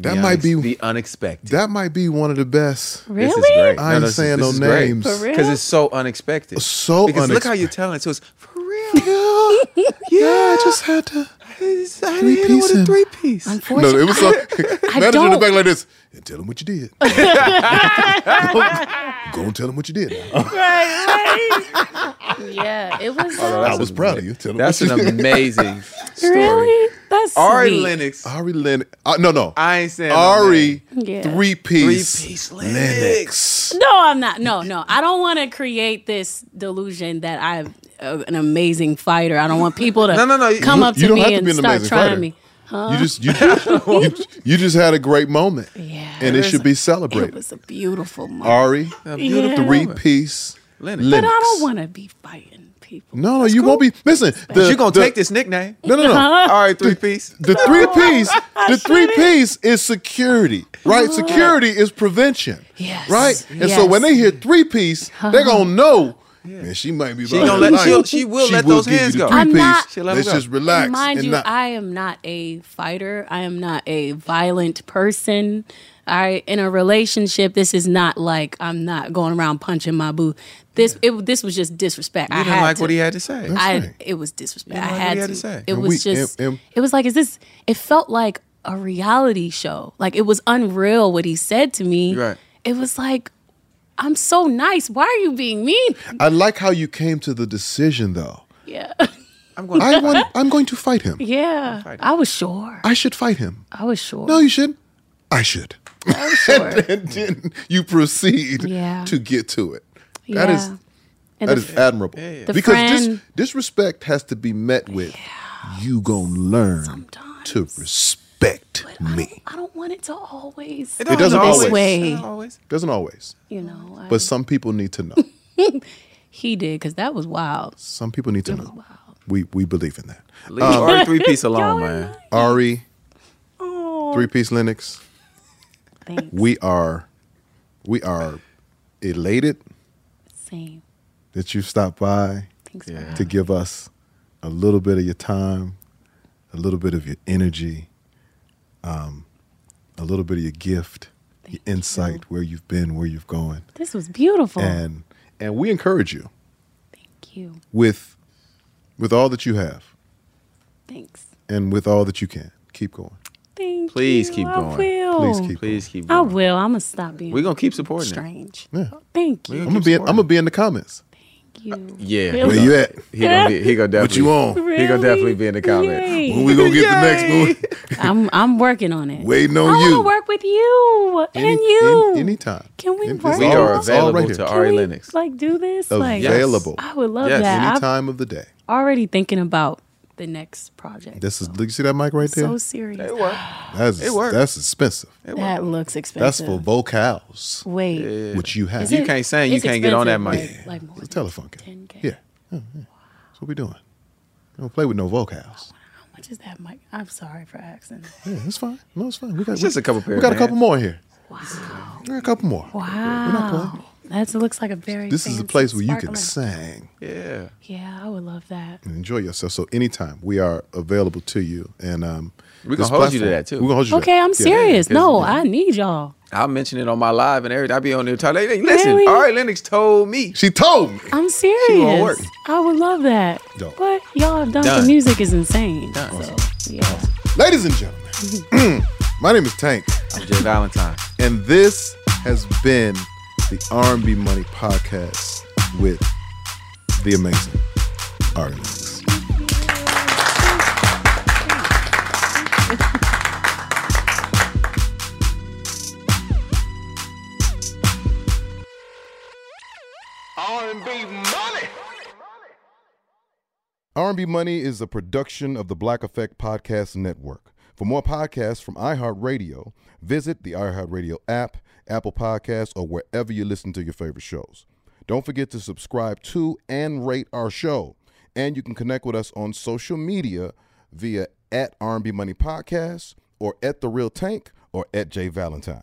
D: That might be
E: the unexpected.
D: That might be one of the best.
E: This is great.
D: I ain't saying no names.
E: because it's so unexpected.
D: So
E: because look how
D: unexpected.
E: you're telling. it. So it's for real.
D: yeah,
E: yeah,
D: I just had to.
E: I
D: Three
E: didn't
D: piece
E: want a
D: him.
E: three piece.
D: No, it was so. Manager in the
F: don't-
D: back like this. And tell him what you did.
E: Oh,
D: Go and tell him what you did.
F: Oh, yeah, it was. um,
E: Oh, no,
D: I
E: that's
D: was
E: a-
D: proud of you. Tell him
E: That's
D: what
E: an
D: you did.
E: amazing story.
F: Really? That's
E: Ari
F: sweet.
E: Lennox.
D: Ari Lennox. Uh, no, no.
E: I ain't saying no
D: Ari
E: name.
F: Yeah.
D: three piece. Three
E: piece
F: No, I'm not. No, no. I don't want to create this delusion that I'm uh, an amazing fighter. I don't want people to
E: No, no, no.
F: come
D: You-
F: up to
D: you don't
F: me
D: have to
F: and
D: be an
F: start
D: amazing
F: trying
D: fighter.
F: me. Huh?
D: You just you, you, you just had a great moment. Yeah. And it
F: was-
D: should be
F: It
D: celebrated.
F: was a beautiful moment.
D: Ari,
F: A beautiful
D: three
F: moment.
D: piece
E: Lennox.
F: But I don't want to be fighting.
D: No, no, you won't be. Listen,
E: But you gonna take this nickname.
D: No, no, no.
E: All right, three piece.
D: The three piece, the three piece is security, right? Security is prevention,
F: yes.
D: right? And so when they hear three piece, they're gonna know. Man, she might be.
E: Uh-huh. She
D: about
E: gonna
D: her
E: let-
D: life.
E: she'll- she will let those
D: give you
E: hands
D: the
E: go.
D: Three
E: I'm
D: piece.
E: not- She'll let
D: Let's
E: them go.
D: just relax
F: Mind
D: and
F: you,
D: not.
F: I am not a fighter. I am not a violent person. I in a relationship, this is not like I'm not going around punching my boo. This it, this was just disrespect.
E: You
F: I
E: didn't
F: had
E: like
F: to.
E: what he had to say. That's
F: I
E: right.
F: it was disrespect.
E: You
F: I
E: didn't like what
F: had,
E: he had
F: to.
E: to say.
F: It
E: And
F: was
E: we-
F: just
E: and- and-
F: it was like is this it felt like a reality show. Like it was unreal what he said to me.
D: Right.
F: It was like I'm so nice. Why are you being mean?
D: I like how you came to the decision, though.
F: Yeah.
E: I'm
F: going
D: I want, I'm going to fight him.
F: Yeah. I was sure.
D: I should fight him.
F: I was sure.
D: No, you shouldn't. I should.
F: I was Oh, sure.
D: and then you proceed
F: Yeah.
D: to get to it. That is
F: Yeah. And
D: that
F: the
D: is
F: f-
D: admirable.
F: Yeah, yeah. the
D: Because this
F: friend-
D: disrespect has to be met with you gonna learn to respect me.
F: I don't want it to always.
D: It doesn't always.
F: Way.
D: Doesn't always.
F: You know.
D: But some people need to know.
F: I- he did because that was wild.
D: Some people
F: Oh,
D: need to know. We we believe in that. Um,
E: Leave Ari three piece alone, man.
D: Ari, three piece Linux. We are, we are elated
F: Same.
D: that you stopped by
F: Thanks for
D: to give us a little bit of your time, a little bit of your energy, um, a little bit of your gift, your insight, where you've been, where you've going,
F: This was beautiful.
D: and and we encourage you
F: Thank you.
D: with with all that you have
F: Thanks.
D: and with all that you can. Keep going.
F: Thank
E: Please
F: you.
E: keep
F: I
E: going.
F: will.
D: Please keep
E: Please keep.
F: I will. I'm gonna stop being.
E: We're gonna keep supporting it.
F: strange.
D: Yeah.
F: Thank
D: I'm
F: you.
D: gonna be. In, I'm gonna be in the comments.
F: Thank you.
E: Yeah,
D: Where you at?
E: He gonna be, he gonna definitely.
D: What you on?
E: He gonna definitely be in the comments.
F: Yay.
D: When we gonna get the next movie?
F: I'm I'm working on it.
D: Waiting on
F: I wanna
D: you.
F: work with you
D: Any-
F: and you.
D: any- anytime.
F: Can we
D: It's
F: work?
D: all-
E: We are
D: it's all
E: available
D: here.
E: to Ari Lennox.
F: Like do this. Like
D: Available.
F: I would love
D: Yes.
F: that.
D: Any
F: I've
D: time of the day.
F: already thinking about the next project.
D: This is. You see that mic right there?
F: So serious.
D: That's
F: It worked.
D: that's expensive.
F: That looks expensive.
D: That's for vocals.
F: Wait.
D: Which you have.
F: Is You it- can't sing, you it's can't get on that expensive, mic.
D: Yeah.
F: but, like, more
D: it's a telephone. game. Yeah. Yeah, yeah. That's what we doing. We don't play with no vocals.
F: How much is that mic? I'm sorry for asking.
D: Yeah, it's fine. No, it's fine. We got
E: It's just a couple
D: We
E: pair
D: got a
E: of
D: couple
E: hands.
D: more here. Wow. We got a couple more.
F: Wow. That looks like a very.
D: This is a
F: fancy
D: place where you can
F: sparkling-
D: sing. Yeah.
F: Yeah, I would love that.
D: And enjoy yourself. So anytime we are available to you, and um,
E: We
D: this
E: gonna hold you to
D: platform-
E: that, too.
D: We gonna hold you. to
F: Okay,
D: that.
F: I'm
D: Yeah.
F: serious.
D: Yeah.
F: No, I need y'all.
E: I'll mention it on my live and everything. I'll be on there talking. Hey, listen,
F: Really?
E: Ari Lennox told me.
D: She told me.
F: I'm
E: won't
F: serious.
E: work.
F: I would love that.
D: Dope.
F: What y'all have done, for
D: Done.
F: music is insane. So, yeah.
D: Ladies and gentlemen, my name is Tank.
E: I'm Jay Valentine.
D: And this has been the R&B Money Podcast with the amazing Ari Lennox.
C: R&B money.
M: R&B Money is a production of the Black Effect Podcast Network. For more podcasts from iHeartRadio, visit the iHeartRadio app, Apple Podcasts, or wherever you listen to your favorite shows. Don't forget to subscribe to and rate our show. And you can connect with us on social media via at R&B Money Podcast or at The Real Tank or at Jay Valentine.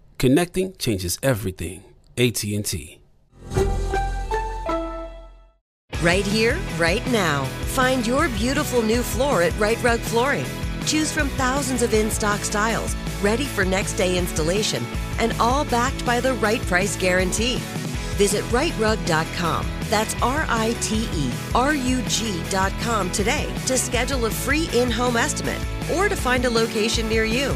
N: Connecting changes everything. AT&T.
O: Right here, right now. Find your beautiful new floor at Right Rug Flooring. Choose from thousands of in stock styles, ready for next day installation, and all backed by the right price guarantee. Visit rightrug.com. That's R I T E R U G.com today to schedule a free in home estimate or to find a location near you.